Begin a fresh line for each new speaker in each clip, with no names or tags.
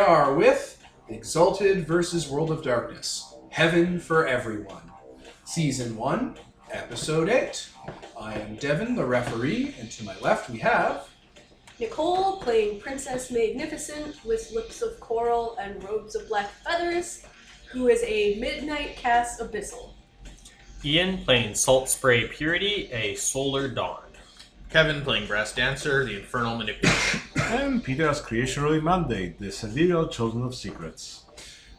are with Exalted versus World of Darkness Heaven for Everyone, Season 1, Episode 8. I am Devin, the referee, and to my left we have.
Nicole playing Princess Magnificent with lips of coral and robes of black feathers, who is a midnight cast abyssal.
Ian playing Salt Spray Purity, a Solar Dawn.
Kevin playing Brass Dancer, the Infernal Manipulator.
And Peter's creationary mandate, the Sidereal Chosen of Secrets.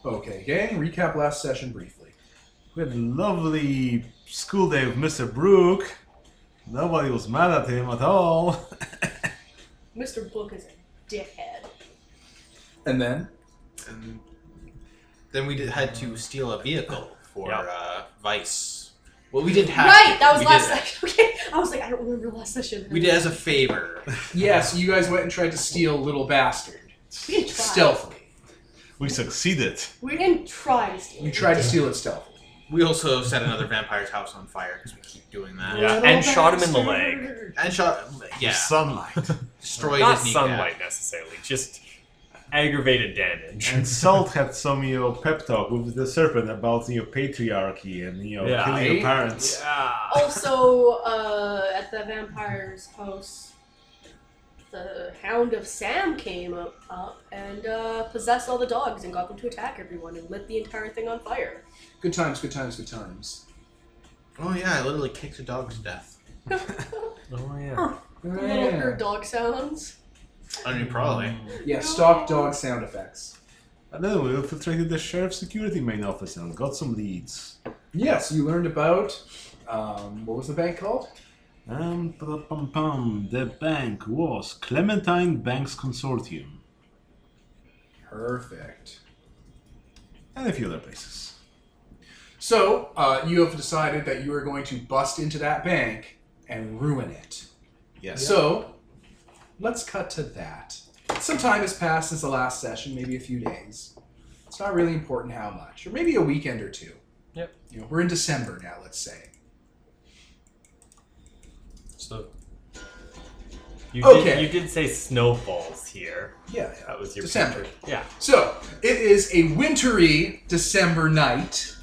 Okay, gang, recap last session briefly.
We had a lovely school day with Mr. Brook. Nobody was mad at him at all.
Mr. Book is a dickhead.
And then,
And then we did, had to steal a vehicle for
Yeah.
uh, Vice. Well, we didn't have
Right,
to.
that was
we
last
did,
session. Okay, I was like, I don't remember last session.
We did as a favor.
yeah, so you guys went and tried to steal Little Bastard
We didn't try.
stealthily.
We succeeded.
We didn't try to steal.
You tried to steal it stealthily.
We also set another vampire's house on fire because we keep doing that.
Yeah,
Little
and shot him in the
bastard.
And shot. Yeah.
With sunlight.
Destroyed
Not
his kneecap.
sunlight necessarily, just aggravated damage.
and Salt had some you know, pep talk with the serpent about you know, patriarchy and you know,
Yeah,
killing
eh?
your parents.
Yeah.
Oh.
Also, uh, at the vampire's house, the Hound of Sam came up, up and uh, possessed all the dogs and got them to attack everyone and lit the entire thing on fire.
Good times, good times, good times.
Oh, yeah, I literally kicked a dog to death.
Oh, yeah.
Little her dog sounds.
I mean, probably.
Yeah, stock dog sound effects.
And then we infiltrated the sheriff's security main office and got some leads.
Yes, you learned about um, what was the bank called?
Um, pum pum, the bank was Clementine Banks Consortium
Perfect.
and a few other places.
So uh, you have decided that you are going to bust into that bank and ruin it.
Yes.
So let's cut to that. Some time has passed since the last session, maybe a few days. It's not really important how much, or maybe a weekend or two.
Yep.
You know, we're in December now. Let's say.
So, you,
Okay.
did, you did say snowfalls here.
Yeah.
That was your
December.
Yeah.
So it is a wintry December night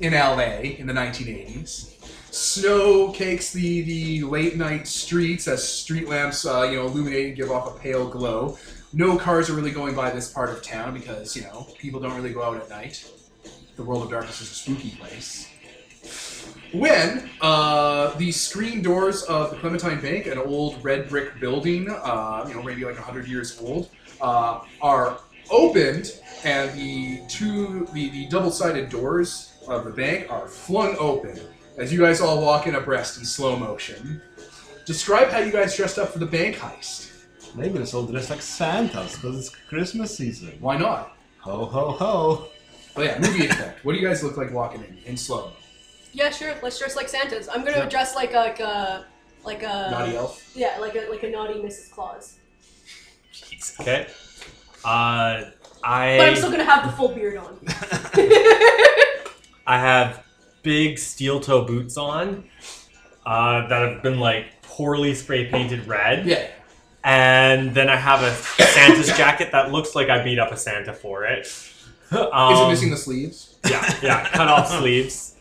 in LA in the 1980s. Snow cakes the, the late night streets as street lamps uh, you know illuminate and give off a pale glow. No cars are really going by this part of town because you know people don't really go out at night. The world of darkness is a spooky place. When uh, the screen doors of the Clementine Bank, an old red brick building, uh, you know maybe like hundred years old, uh, are opened and the two the, the double-sided doors of the bank are flung open as you guys all walk in abreast in slow motion describe how you guys dressed up for the bank heist
Maybe it's all dressed like Santas because it's Christmas season.
why not
Ho ho ho!
oh yeah movie effect what do you guys look like walking in in slow
Yeah, sure. Let's dress like Santas. I'm gonna
Yeah.
dress like a, like a like a
naughty elf
yeah, like a like a naughty Mrs. Claus.
Jeez. Okay. Uh, I
But I'm still gonna have the full beard on.
I have big steel toe boots on uh, that have been like poorly spray painted red.
yeah
And then I have a Santa's jacket that looks like I beat up a Santa for it. Um,
is it missing the sleeves
yeah, yeah, cut off sleeves.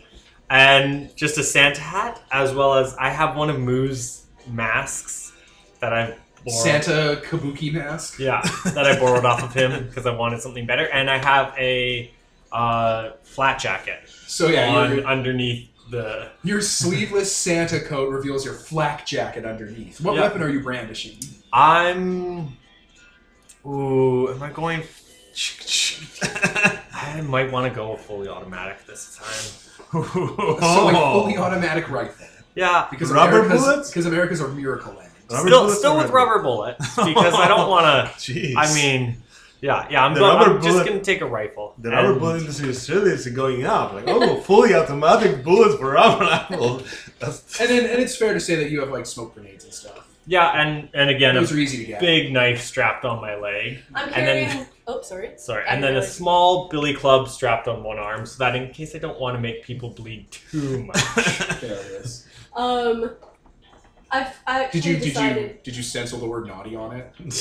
And just a Santa hat, as well as I have one of Moo's masks that I've borrowed.
santa kabuki mask
Yeah, that I borrowed off of him because I wanted something better. And I have a uh, flat jacket
so yeah
on
your,
underneath the.
your sleeveless santa coat reveals your flak jacket underneath what
Yeah.
weapon are you brandishing
I'm. Ooh, am I going? I might want to go fully automatic this time.
so like
Oh.
fully automatic rifle
Yeah,
because
Rubber
America's,
bullets?
because america's a miracle land
Rubber
still,
bullets
still
or
with rubber bullets because I don't want to.
Jeez.
I mean, yeah, yeah. I'm,
The
going,
rubber
I'm just
bullet-
gonna take a rifle.
the rubber
and-
bullet industry is really is going up. Like, oh, fully automatic bullets for rubber rifle. That's
And then, and it's fair to say that you have like smoke grenades and stuff.
Yeah, and and again,
Those
a
are easy to get.
big knife strapped on my leg.
I'm
And
carrying
then-
Oh sorry.
Sorry,
I
and then a
really-
small billy club strapped on one arm, so that in case I don't want to make people bleed too much.
There it is.
Um I, I
Did you did
decided
you did you stencil the word naughty on it and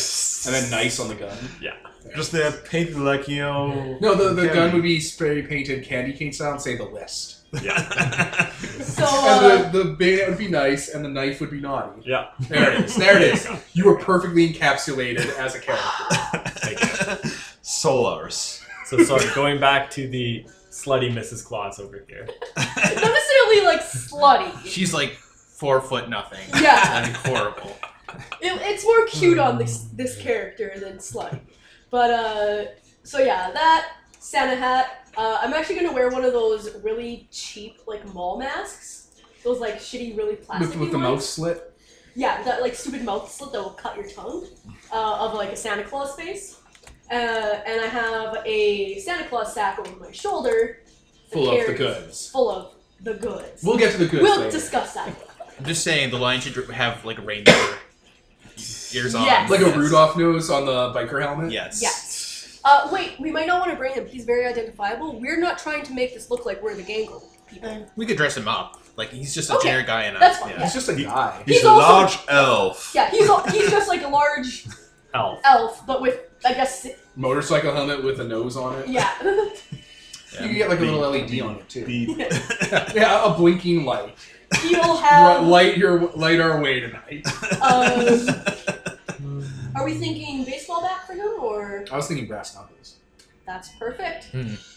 then nice on the gun?
Just there, painted like you know.
No, the, the
candy.
gun would be spray painted candy cane style and say the list.
Yeah.
So uh,
And the, the bayonet would be nice and the knife would be naughty.
yeah.
There it is. There it is. You were perfectly encapsulated as a character.
Solars.
So sorry, going back to the slutty Mrs. Claus over here.
not necessarily like slutty.
She's like four foot nothing.
Yeah.
And horrible.
It, it's more cute on this this character than slutty. But uh, so yeah, that Santa hat. Uh, I'm actually gonna wear one of those really cheap like mall masks. Those like shitty, really plastic
With, with the
ones.
mouth slit.
Yeah, that like stupid mouth slit that will cut your tongue uh, of like a Santa Claus face. Uh, and I have a Santa Claus sack over my shoulder. that
Full of the
carries-
goods.
Full of the goods.
We'll get to the goods
We'll
later.
discuss that.
I'm just saying the lion should have like reindeer ears on.
Yes.
like a Rudolph nose on the biker helmet.
Yes.
Yes. Uh, wait, we might not want to bring him. He's very identifiable. We're not trying to make this look like we're the gang people.
We could dress him up. Like he's just a
Okay,
generic guy in a
that's fine,
It's just a guy.
He's,
He's
a
also-
large elf.
Yeah, he's all, he's just like a large
Elf.
elf, but with I guess
Motorcycle helmet with a nose on it.
yeah.
You can get like a little LED on it too.
The
Yeah, a blinking light.
He'll
Ri-
have.
light your light our way tonight.
Um, are we thinking baseball bat for him or?
I was thinking brass knuckles.
That's perfect.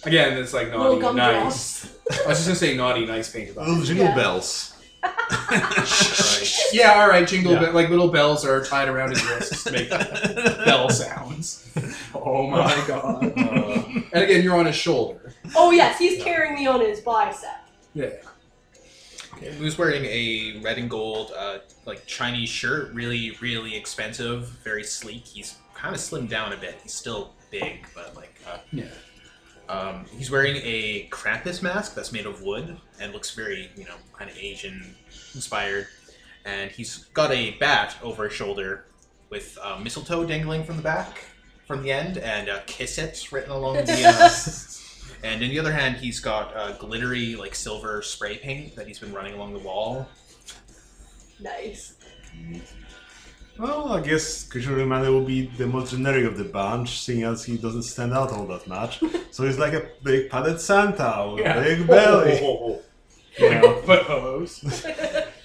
Again, it's like naughty,
Little
nice.
gumdrops.
I was just gonna say naughty, nice painted on.
little jingle
Yeah.
bells.
Right.
Yeah, all right, jingle
Yeah.
bell, like little bells are tied around his wrists to make bell sounds. Oh my god! and again, you're on his shoulder.
Oh yes, he's carrying me on his bicep.
Yeah,
He was wearing a red and gold uh, like Chinese shirt, really, really expensive, very sleek. He's kind of slimmed down a bit. He's still big, but like uh,
yeah.
um, he's wearing a Krampus mask that's made of wood and looks very, you know, kind of Asian inspired. And he's got a bat over his shoulder with uh, mistletoe dangling from the back, from the end, and uh, kiss it written along the. Uh, and in the other hand, he's got uh, glittery, like silver spray paint that he's been running along the wall.
Nice.
Well, I guess Christian Romano will be the most generic of the bunch, seeing as he doesn't stand out all that much. So he's like a big padded Santa with a big belly.
Oh. Yeah, but hose.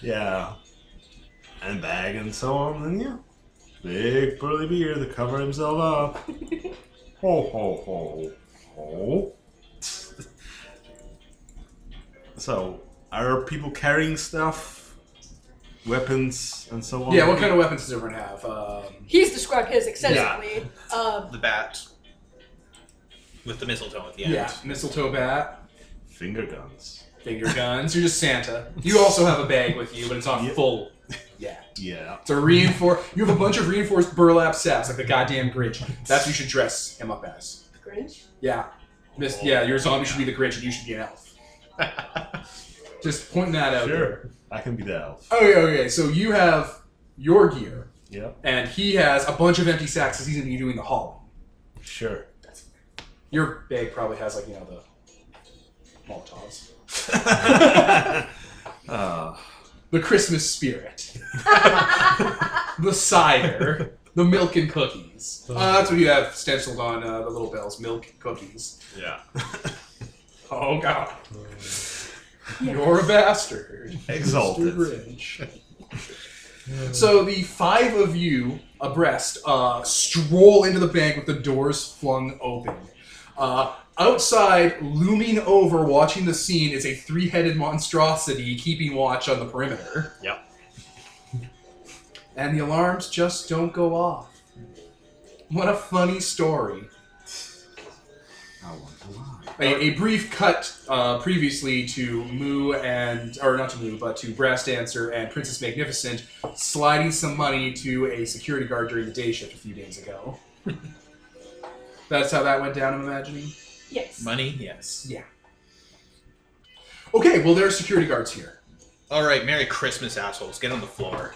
Yeah. And bag and so on, and yeah. Big burly beard to cover himself up. ho ho ho ho. so, are people carrying stuff? Weapons and so on?
Yeah, what kind of weapons does everyone have? Um,
He's described his extensively. Um,
The bat with the mistletoe at the
yeah.
end.
mistletoe bat,
Finger guns.
finger guns. You're just Santa. You also have a bag with you, but it's not
Yeah.
full. Yeah.
Yeah.
It's a reinforced. You have a bunch of reinforced burlap saps, like the goddamn Grinch. That's what you should dress him up as.
Grinch.
Yeah, Miss. Yeah, your zombie should be the Grinch, and you should be an elf. Just pointing that out.
Sure. I can be the elf.
Okay, okay. So you have your gear,
Yeah.
and he has a bunch of empty sacks because he's gonna be doing the hauling.
Sure.
Your bag probably has like you know the Molotovs,
Uh,
the Christmas spirit, the cider, the milk and cookies. Uh, that's what you have stenciled on uh, the little bells: milk and cookies.
Yeah.
Oh God! You're a bastard,
Exalted.
Mr. Grinch. so the five of you abreast uh, stroll into the bank with the doors flung open. Uh, outside, looming over, watching the scene, is a three-headed monstrosity keeping watch on the perimeter.
Yep.
And the alarms just don't go off. What a funny story.
I want to lie.
A, a brief cut uh, previously to Moo and, or not to Moo, but to Brass Dancer and Princess Magnificent sliding some money to a security guard during the day shift a few days ago. That's how that went down, I'm imagining.
Yes.
Money, yes.
Okay, well, there are security guards here.
All right, Merry Christmas, assholes. Get on the floor.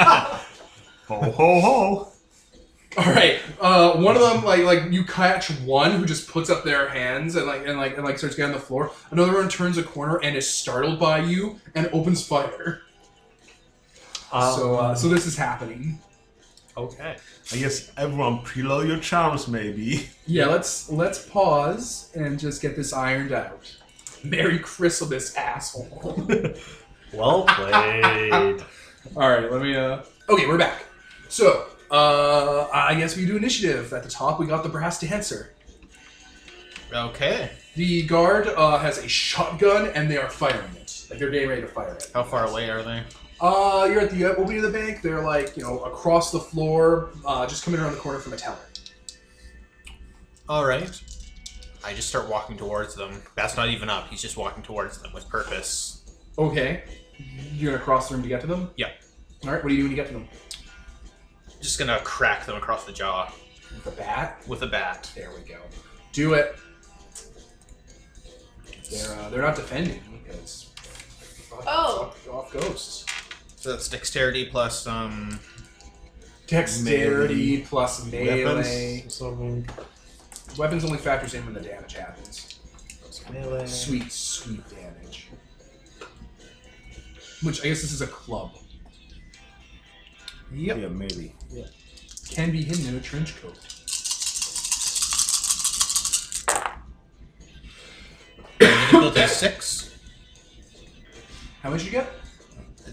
Ho ho ho!
All right, uh, one of them like like you catch one who just puts up their hands and like and like and like starts getting on the floor. Another one turns a corner and is startled by you and opens fire.
Um,
so uh, so this is happening.
okay.
I guess everyone preload your charms, maybe.
Yeah, let's let's pause and just get this ironed out. Merry Christmas, asshole.
Well played.
All right, let me. uh Okay, we're back. So uh I guess we do initiative. At the top, we got the brass dancer.
Okay.
The guard uh, has a shotgun and they are firing it. Like they're getting ready to fire it.
How far away are they?
Uh, you're at the uh, opening of the bank. They're like you know across the floor, uh, just coming around the corner from a teller.
All right. I just start walking towards them. That's not even up. He's just walking towards them with purpose.
Okay, you're gonna cross the room to get to them.
Yeah.
All right, what do you do when you get to them?
Just gonna crack them across the jaw
With a bat.
with a bat.
There we go. Do it. They're uh, they're not defending because fuck,
Oh.
fuck off ghosts.
So that's dexterity plus um.
Dexterity plus melee.
Weapons.
Weapons.
or something.
only factors in when the damage happens.
Melee.
Sweet, sweet damage. Which I guess this is a club. Yep.
Yeah, maybe.
Can be hidden in a trench coat.
difficulty six.
How much you get?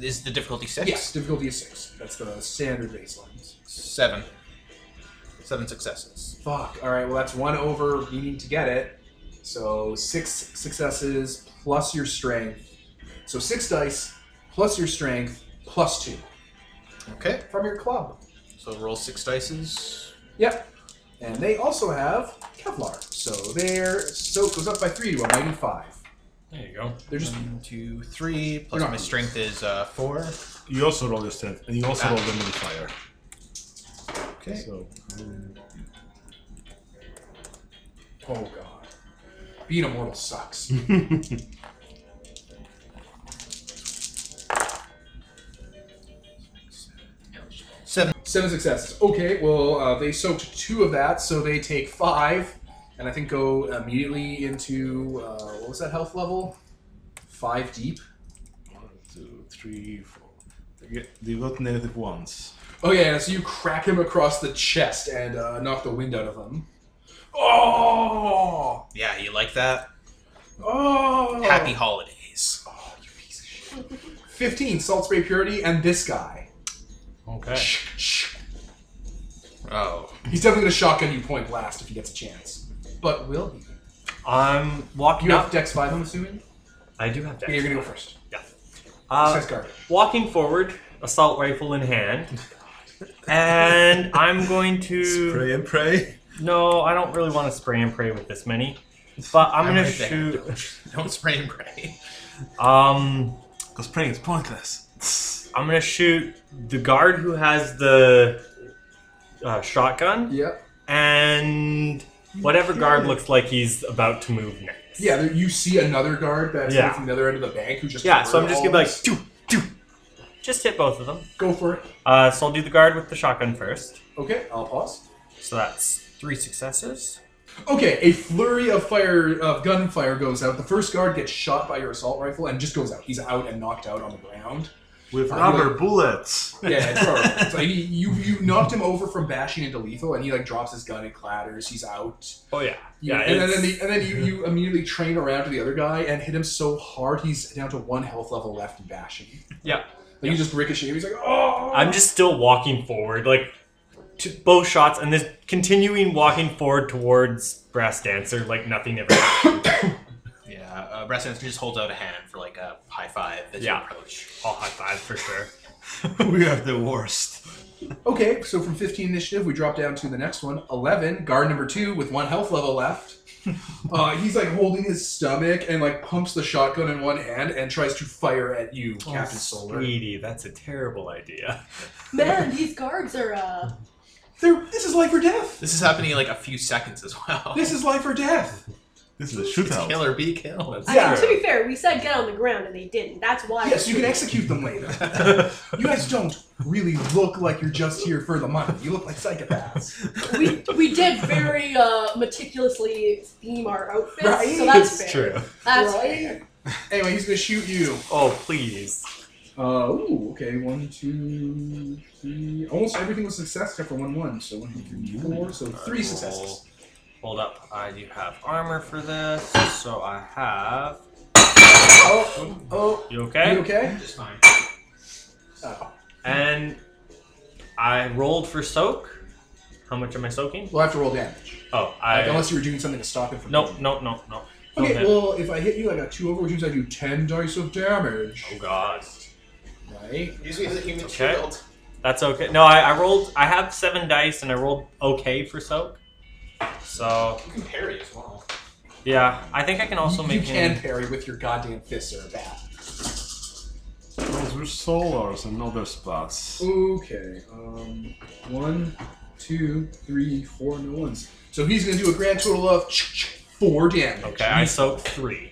Is the difficulty six?
Yes, difficulty is six. That's the standard baselines.
Seven. Seven successes.
Fuck. All right. Well, that's one over needing to get it. So six successes plus your strength. So six dice plus your strength plus two
Okay.
from your club.
So roll six dices.
Yep. And they also have Kevlar. So their soak goes up by three to a mighty five.
There you go.
They're just
One, two, three. Plus
You're not-
my strength is uh, four.
You also roll your strength, and you also
Ah.
roll the modifier.
Okay.
So, um,
Mm-hmm.
oh god. Being immortal sucks.
Seven.
Seven successes. Okay. Well, uh, they soaked two of that, so they take five, and I think go immediately into uh, what was that health level? Five deep.
one, two, three, four. You get- You got negative ones.
Oh yeah, so you crack him across the chest and uh, knock the wind out of him. Oh,
Yeah, you like that?
oh.
Happy holidays.
Oh, you piece of shit. Fifteen salt spray purity and this guy.
Okay.
Shh, shh.
Oh.
He's definitely gonna shotgun you point blast if he gets a chance. But will he?
I'm walking
You have
up.
Dex five, I'm assuming.
I do have dex.
Yeah, you're gonna go first.
Yeah.
Uh,
Uh, walking forward, assault rifle in hand, and I'm going to.
Pray and pray.
No, I don't really want to spray and pray with this many, but I'm,
I'm
gonna
right there.
shoot.
Don't spray and pray.
Um,
Because praying is pointless.
I'm gonna shoot the guard who has the uh, shotgun
Yep.
and whatever guard looks like he's about to move next.
Yeah, there, you see another guard that's
Yeah.
from the other end of the bank who just
Yeah. So I'm
heard
just
all
gonna be like,
this.
"Doo, doo." just hit both of them.
go for it.
Uh, so I'll do the guard with the shotgun first.
Okay, I'll pause.
So that's three successes.
Okay, a flurry of fire of gunfire goes out. The first guard gets shot by your assault rifle and just goes out. He's out and knocked out on the ground.
With
I
rubber bullets.
Yeah, it's horrible. It's like he- you you knocked him over from bashing into lethal, and he like drops his gun and clatters. He's out.
Oh yeah.
You-
Yeah.
and then,
it's-
and, the, and then you, you immediately train around to the other guy and hit him so hard he's down to one health level left and bashing.
Yeah.
Like you just ricochet. He's like, oh.
I'm just still walking forward, like to both shots, and this continuing walking forward towards Brass Dancer, like nothing ever. happened.
Yeah, uh, Brass Dancer just holds out a hand for like a high five as
Yeah.
you approach.
I'll high five for sure.
we are the worst.
Okay, so from 15 initiative, we drop down to the next one 11, guard number two with one health level left. Uh, he's like holding his stomach and like pumps the shotgun in one hand and tries to fire at you,
Oh,
Captain Solar.
Sweetie, that's a terrible idea.
Man, these guards are uh
They're, this is life or death.
This is happening in like a few seconds as well.
This is life or death.
This is a
It's
shootout.
kill or be killed.
That's
I
Yeah.
mean, to be fair, we said get on the ground and they didn't. That's why
Yes, you can execute them later. You guys don't really look like you're just here for the money. You look like psychopaths.
we we did very uh meticulously theme our outfits,
Right?
so that's
It's
fair.
True.
That's
Right?
fair.
Anyway, he's gonna shoot you.
Oh please.
Uh, ooh, okay. One, two, three. Almost everything was success except for one one. So one, two, three, four. So three successes.
Hold up. I do have armor for this, so I have.
Oh, oh.
You
You
okay?
okay? Uh,
Just fine.
And I rolled for soak. How much am I soaking?
We'll have to roll damage.
Oh,
Like,
I.
unless you were doing something to stop it from.
No,
hitting you.
no, no, no.
Okay,
Okay.
well, if I hit you, I got two over, which means I do ten dice of damage.
Oh god. Oh.
Right?
Use me as a human
Okay.
shield.
That's okay. No, I, I rolled. I have seven dice, and I rolled okay for soak. So
You can parry as well.
yeah, I think I can also
you
make.
can
him-
parry with your goddamn fists or a bat.
Those were solars and other spots.
Mm. Okay. Um, one, two, three, four. No ones. So he's gonna do a grand total of four damage.
Okay, I soaked three.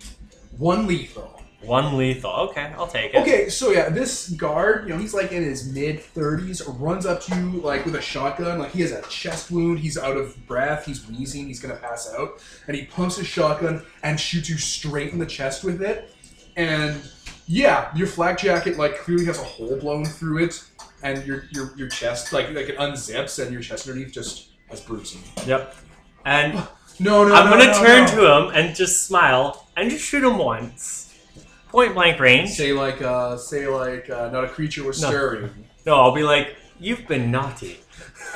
One lethal.
One lethal. Okay, I'll take it.
Okay, so yeah, this guard, you know, he's like in his mid 30s, runs up to you like with a shotgun. Like he has a chest wound, he's out of breath, he's wheezing, he's gonna pass out, and he pumps his shotgun and shoots you straight in the chest with it. And yeah, your flak jacket like clearly has a hole blown through it, and your your, your chest like like it unzips and your chest underneath just has bruising.
Yep. And
No, no,
I'm
no,
gonna
no,
turn
no.
to him and just smile and just shoot him once. Point blank range.
Say like uh, say like uh, not a creature was
No.
stirring.
No, I'll be like, you've been naughty.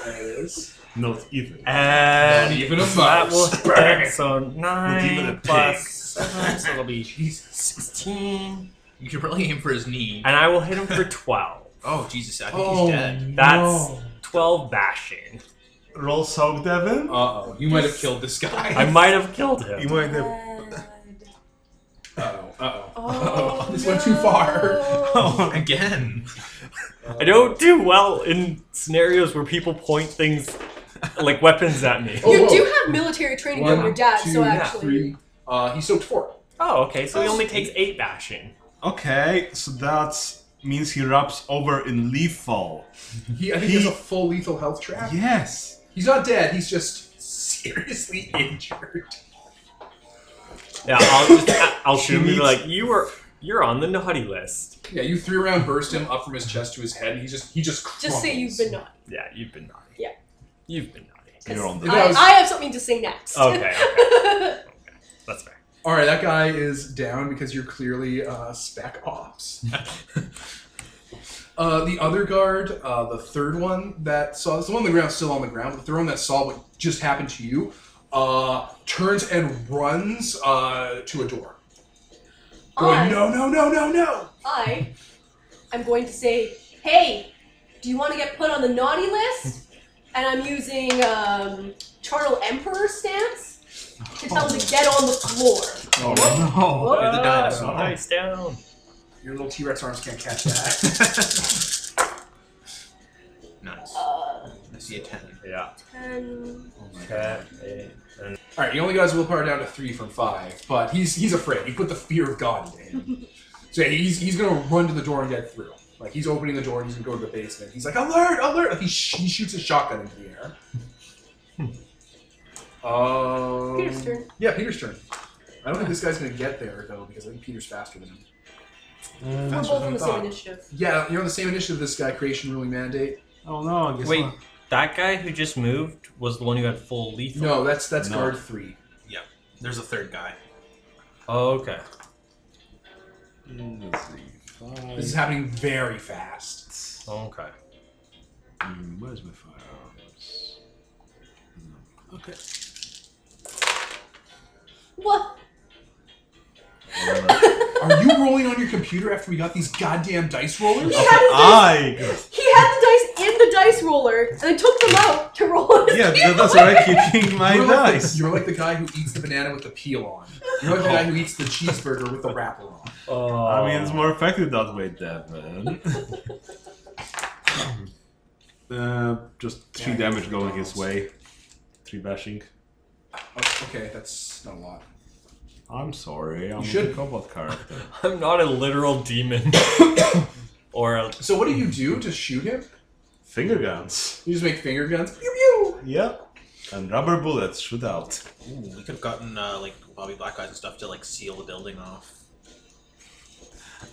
There it is.
Not even.
And
Not even a
that will
mouse.
hit. So nine
even a
plus
pig.
seven, so it'll be sixteen.
You should really aim for his knee.
And I will hit him for twelve.
Oh Jesus! I think
Oh,
he's dead.
That's twelve bashing.
Roll soak, Devin.
Uh oh, you might have killed this
I
guy.
might have killed
You
him.
might have.
Uh oh, uh
Oh,
This went too far.
Oh,
Again.
oh.
I don't do well in scenarios where people point things like weapons at me.
Oh,
You
whoa.
do have military training from your dad,
two,
so actually.
three. Uh, he soaked four.
Oh, okay. So he only takes eight bashing.
Okay, so that means he wraps over in lethal.
He, I think he, has a full lethal health trap.
Yes.
He's not dead. He's just seriously injured.
Yeah, I'll just I'll shoot him and be
Jeez.
like, you were you're on the naughty list.
Yeah, you three round burst him up from his chest to his head, and he just he just crumbles.
Just say you've been not.
Yeah, you've been naughty.
Yeah.
You've been naughty.
You're on the.
That
I,
was- Oh.
I have something to say next.
Okay, That's fair.
All right, that guy is down because you're clearly uh, spec ops. Uh, the other guard, uh, the third one that saw this, the one on the ground still on the ground, but the third one that saw what just happened to you, uh, turns and runs uh, to a door. Going,
I,
no, no, no, no, no!
I am going to say, hey, do you want to get put on the naughty list? And I'm using um, Charnel Emperor stance to tell him to get on the floor.
Oh no.
You're the dinosaur.
Nice down.
Your little T Rex arms can't catch that.
Nice.
Uh,
I see a ten.
Yeah.
10.
Okay. eight, and-
All right, he only got his willpower down to three from five, but he's he's afraid. He put the fear of God into him. so he's he's gonna run to the door and get through. Like he's opening the door and he's gonna go to the basement. He's like, alert, alert! Like he, sh- he shoots a shotgun into the air. um,
Peter's turn.
Yeah, Peter's turn. I don't think this guy's gonna get there though because I think Peter's faster than him.
We're
That's
both
what
on
I
the same
thought.
initiative.
Yeah, you're on the same initiative. as This guy creation ruling mandate.
Oh no. Guess
Wait,
what?
that guy who just moved was the one who had full lethal.
No, that's that's
No.
guard three.
There's a third guy.
Oh, okay.
Let's see.
This is happening very fast.
Okay.
Mm, Where's my firearms? No. Okay.
What?
Whatever.
Are you rolling on your computer after we got these goddamn dice rollers?
He had,
I
the dice, he had the dice in the dice roller and then took them out to roll on his
yeah,
keyboard.
that- that's why I'm kicking my
You're like, the,
dice.
you're like the guy who eats the banana with the peel on. You're like the guy who eats the cheeseburger with the wrapper on.
Oh.
I mean, it's more effective that way, Devin. uh, just three
Yeah,
damage going
McDonald's.
his way. Three bashing.
Oh, okay, that's not a lot.
I'm sorry, I'm
should.
a combat character.
I'm not a literal demon. or a
So what do you do to shoot him?
Finger guns.
You just make finger guns. Pew pew.
Yep. And rubber bullets shoot out.
Ooh, we could have gotten uh, like Bobby Black Eyes and stuff to like seal the building off.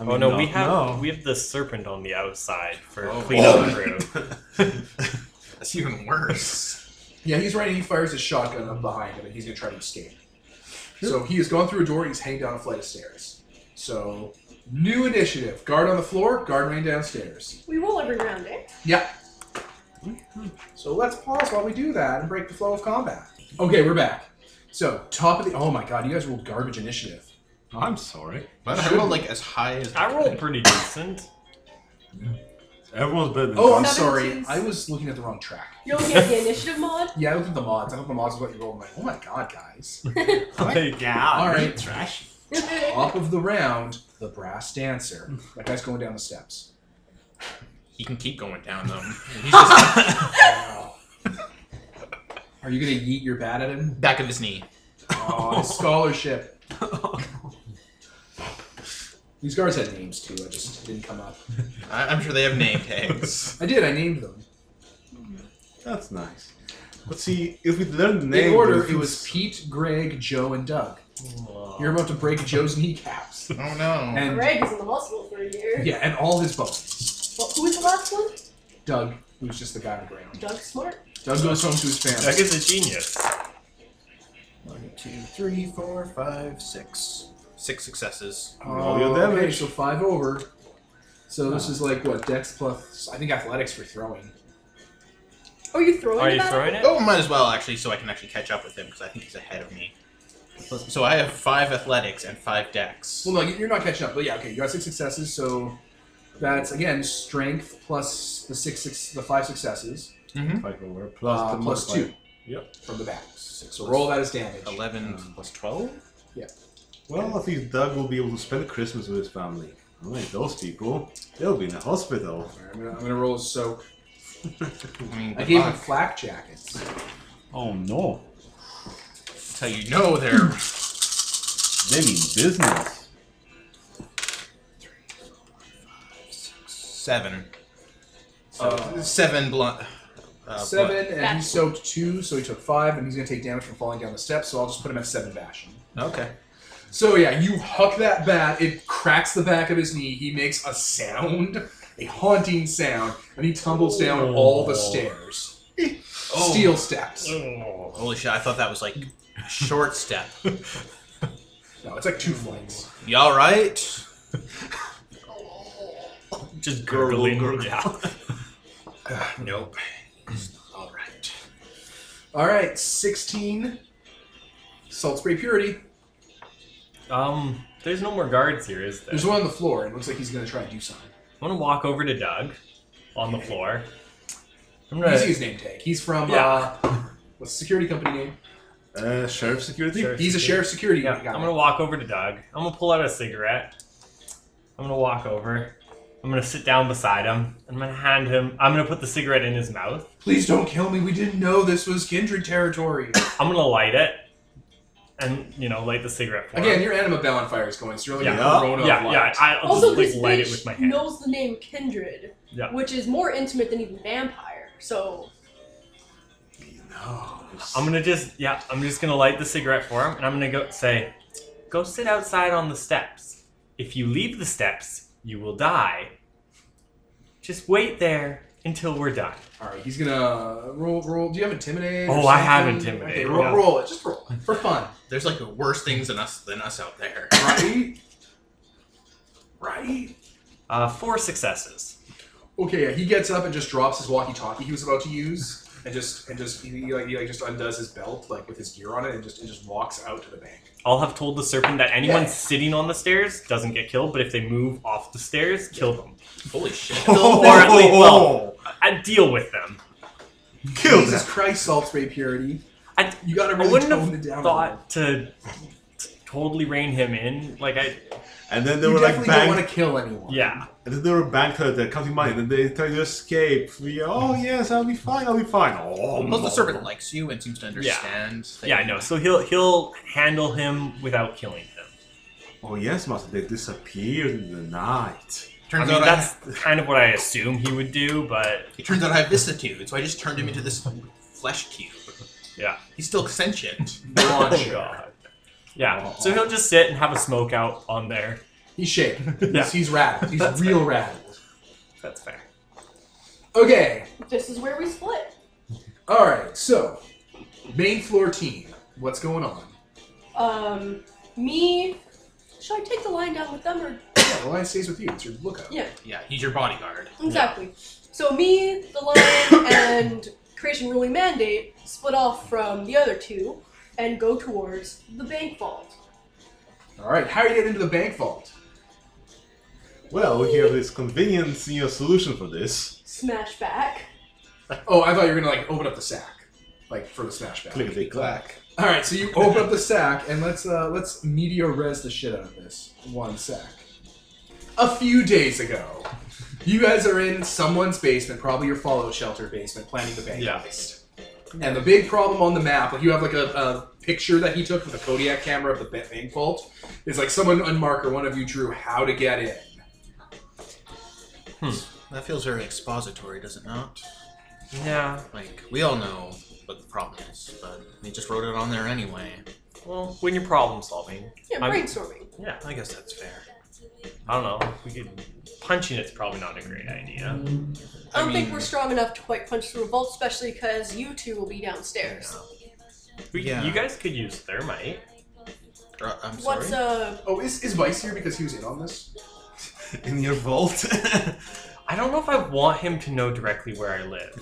I
oh no,
not
we have
now.
we have the serpent on the outside for
Oh.
cleanup crew.
That's even worse.
Yeah, he's right. He fires his shotgun up behind him, and he's gonna try to escape. So he has gone through a door. and He's hanged down a flight of stairs. So new initiative: guard on the floor, guard man downstairs.
We roll every round, eh?
Yeah. So let's pause while we do that and break the flow of combat. Okay, we're back. So top of the oh my god, you guys rolled garbage initiative.
I'm sorry.
But I rolled like as high as
I rolled pretty decent.
Everyone's better than
Oh, I'm
us.
sorry.
Seventeens.
I was looking at the wrong track.
You don't get the initiative mod.
Yeah, I looked at the mods. I thought the mods was what you rolled. I'm like, oh my god, guys.
Like,
All right.
Trash.
Top of the round, the brass dancer. That guy's going down the steps.
He can keep going down though. He's just
Wow. Are you gonna yeet your bat at him?
back of his knee.
Oh, his scholarship. These guards had names too. I just it didn't come up.
I- I'm sure they have name tags.
I did. I named them.
That's nice. But see, if we learn the name,
In order,
if
it
it's-
was Pete, Greg, Joe, and Doug. You're about to break Joe's kneecaps.
oh no.
And
Greg was in the hospital for a year.
yeah, and all his bones.
Well, who was the last one?
Doug, who's just the guy on the ground.
Doug Smart.
Doug goes home to his family.
Doug is a genius.
One, two, three, four, five, six. Six successes.
Roll your
Oh, Okay,
damage.
so five over. So this is like what Dex plus I think athletics for throwing.
Are you throwing
Are you
about
throwing it?
Oh, might as well actually, so I can actually catch up with him because I think he's ahead of me. So I have five athletics and five dex.
Well, no, you- you're not catching up. But yeah, okay, you got six successes. So that's again strength plus the six, six the five successes
Five over, plus
uh,
the
plus
modifier.
two
Yep.
from the back. So roll that as damage.
Eleven plus twelve.
Well, at least Doug will be able to spend Christmas with his family. Unlike those people, they'll be in the hospital.
Alright, I'm, gonna, I'm gonna roll his soak.
I mean,
I
good
gave him
luck.
flak jackets.
Oh no,
That's how you know they're
they mean business.
seven.
Uh,
Seven blunt. Uh,
seven, and
Back.
he soaked two, so he took five, and he's gonna take damage from falling down the steps. So I'll just put him at seven bashing.
blunt. Okay.
So yeah, you huck that bat, it cracks the back of his knee, he makes a sound, a haunting sound, and he tumbles down all the stairs.
Oh.
Steel steps.
Oh.
Holy shit! I thought that was like short step.
No, it's like two flights.
You all right?
Just gurgling. Yeah.
Nope. All right.
Alright, 16. Salt spray purity.
Um, there's no more guards here, is there?
There's one on the floor, and it looks like he's gonna try and do something.
I'm gonna walk over to Doug on the floor. I'm
You
gonna
see his name tag. He's from
Yeah.
uh what's the security company name?
Uh, sheriff security.
Sheriff.
He's a sheriff security
Yeah,
guy.
I'm gonna walk over to Doug. I'm gonna pull out a cigarette. I'm gonna walk over. I'm gonna sit down beside him. I'm gonna hand him. I'm gonna put the cigarette in his mouth.
Please don't kill me. We didn't know this was kindred territory.
I'm gonna light it, and you know, light the cigarette for
Again,
him.
your anima balance fire is going, so you're like
Yeah.
a corona of
yeah,
light.
yeah. I- I'll
also,
just
this
like light
bitch
it with my hand.
knows the name Kindred,
Yeah.
which is more intimate than even vampire. So
No.
I'm gonna just yeah. I'm just gonna light the cigarette for him, and I'm gonna go say, "Go sit outside on the steps. If you leave the steps, you will die. Just wait there until we're done."
All right, he's gonna uh, roll. Roll. Do you have intimidate? or
Oh, I have
something?
intimidate,
Okay, roll,
yeah.
roll it. Just roll it for fun.
There's like worse things than us than us out there.
Right. right.
Uh, four successes.
Okay. Yeah, he gets up and just drops his walkie-talkie he was about to use, and just and just he, he, like he like just undoes his belt like with his gear on it, and just and just walks out to the bank.
I'll have told the serpent that anyone
Yeah.
sitting on the stairs doesn't get killed, but if they move off the stairs, kill them.
Holy shit!
or at least,
Oh,
well, I deal with them.
kill
Jesus
that.
Christ, salt spray purity.
I-
you gotta
I
really
wouldn't
tone
have
it down. a little.
thought to, to totally rein him in. Like I,
And then they
You
were like
definitely don't
bang.
want to kill anyone.
yeah,
And then they were banked at their counting money. And then they tried to escape. We, oh yes, I'll be fine. I'll be fine. Oh,
Plus, the
no.
serpent likes you and seems to understand. that
yeah. I
you-
know. So he'll he'll handle him without killing him.
Oh yes, master. They disappeared in the night.
I
Turns
mean,
out
that's kind of what I assume he would do, but
I, it turns out I have vicissitude, so I just turned him into this flesh cube.
Yeah.
He's still sentient.
Oh,
Launch.
yeah. So he'll just sit and have a smoke out on there,
He's shaken.
Yeah.
He's, he's rattled. He's
That's
real rattled.
That's fair.
Okay.
This is where we split.
All right. So, main floor team. What's going on?
Um, me. Should I take the line down with them or?
Yeah, the line stays with you. It's your lookout.
Yeah,
Yeah, he's your bodyguard.
exactly. So me, the lion, and creation ruling mandate split off from the other two and go towards the bank vault.
All right. How are you getting into the bank vault?
Well, we have this convenient you know, solution for this.
Smash back.
Oh, I thought you were gonna like open up the sack, like for the smashback.
Clickety clack.
All right. So you open up the sack and let's uh let's meteor res the shit out of this one sack. A few days ago, you guys are in someone's basement, probably your fallout shelter basement, planning the bank
Yeah.
heist. And the big problem on the map, like you have like a, a picture that he took with a Kodiak camera of the ba- bank vault, is like someone on marker, one of you drew how to get in.
That feels very expository, does it not?
Yeah.
Like, we all know what the problem is, but they just wrote it on there anyway.
Well, when you're problem solving,
Yeah,
I'm-
brainstorming.
yeah.
I guess that's fair.
I don't know. We could punching it's probably not a great idea.
I don't
I
think
mean-
we're strong enough to quite punch through a vault, especially because you two will be downstairs.
We,
Yeah.
You guys could use thermite.
Uh, I'm sorry.
What's uh?
Oh, is, is Vice here because he was in on this?
In your vault?
I don't know if I want him to know directly where I live.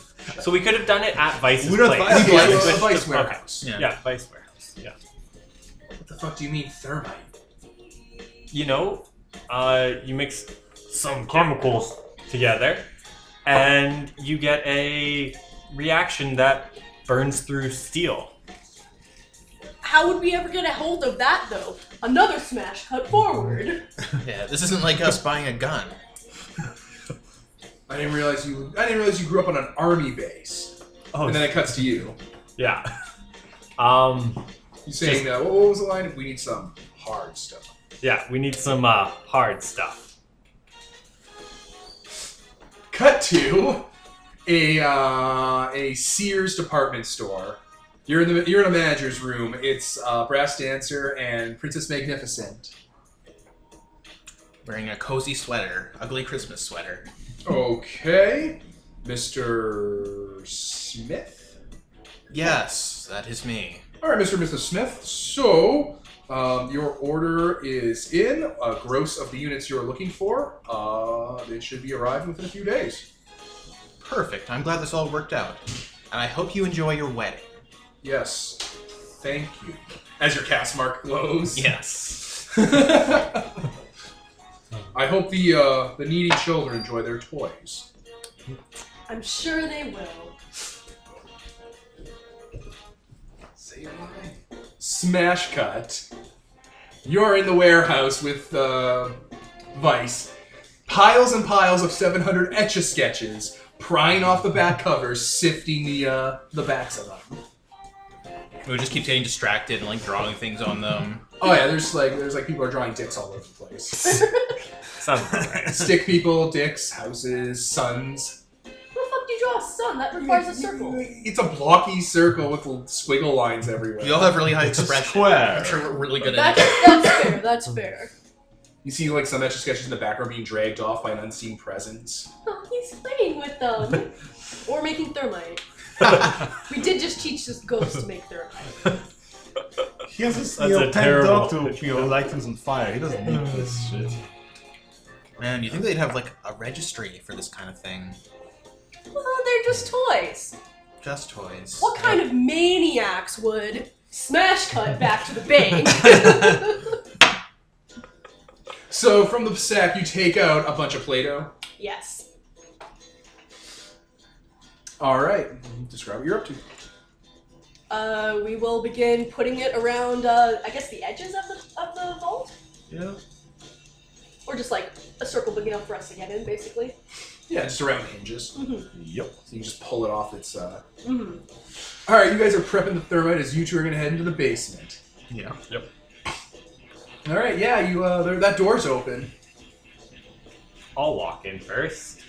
So we could have done it at Vice's
We're at
place.
Vice's
Yeah,
place.
a
Switch
Vice
the-
warehouse.
okay.
Yeah.
Yeah. Vice warehouse. Yeah.
What the fuck do you mean thermite?
You know, uh, you mix some chemicals together, and you get a reaction that burns through steel.
How would we ever get a hold of that though? Another smash cut forward.
yeah, this isn't like us buying a gun.
I didn't realize you. I didn't realize you grew up on an army base.
Oh,
And then it cuts to you.
yeah. Um.
You saying, uh, what was the line? We need some hard stuff.
Yeah, we need some uh, hard stuff.
Cut to a uh, a Sears department store. You're in the you're in a manager's room. It's uh, Brass Dancer and Princess Magnificent.
Wearing a cozy sweater, ugly Christmas sweater.
Okay, Mr. Smith.
Yes, that is me.
All right, Mr. and Mrs. Smith. So, um, your order is in. Uh, gross of the units you're looking for. Uh, they should be arriving within a few days.
Perfect. I'm glad this all worked out. And I hope you enjoy your wedding.
Yes. Thank you. As your cast mark glows.
Yes.
I hope the uh, the needy children enjoy their toys.
I'm sure they will.
Say hi. Smash cut. You're in the warehouse with uh, Vice. Piles and piles of 700 etch a sketches, prying off the back covers, sifting the uh, the backs of them.
We just keep getting distracted and like drawing things on them.
Oh yeah, there's like there's like people are drawing dicks all over the place.
Sounds about right.
Stick people, dicks, houses, suns.
Who the fuck do you draw a sun? That requires a circle.
It's a blocky circle with little squiggle lines everywhere.
You all have really high
It's a
expression.
square.
I'm sure we're really good at
That's
it.
that's fair. That's fair.
You see like some etch sketches in the background being dragged off by an unseen presence.
Oh, he's playing with them. or making thermite. we did just teach this ghost to make thermite.
He has this
That's
you know,
a
pent up
terrible
to you know, light things on fire. He doesn't need this shit.
Man, you think they'd have like a registry for this kind of thing?
Well, they're just toys.
Just toys.
What kind of maniacs would smash cut back to the bank?
So from the sack, you take out a bunch of Play-Doh.
yes.
All right, describe what you're up to.
Uh, we will begin putting it around, uh, I guess, the edges of the, of the vault?
Yeah.
Or just like a circle big enough for us to get in, basically.
Yeah, just around hinges.
Mm-hmm.
Yep.
So you just pull it off its. Uh...
Mm.
All right, you guys are prepping the thermite as you two are gonna head into the basement.
Yeah.
All right, yeah, you uh, there, that door's open.
I'll walk in first.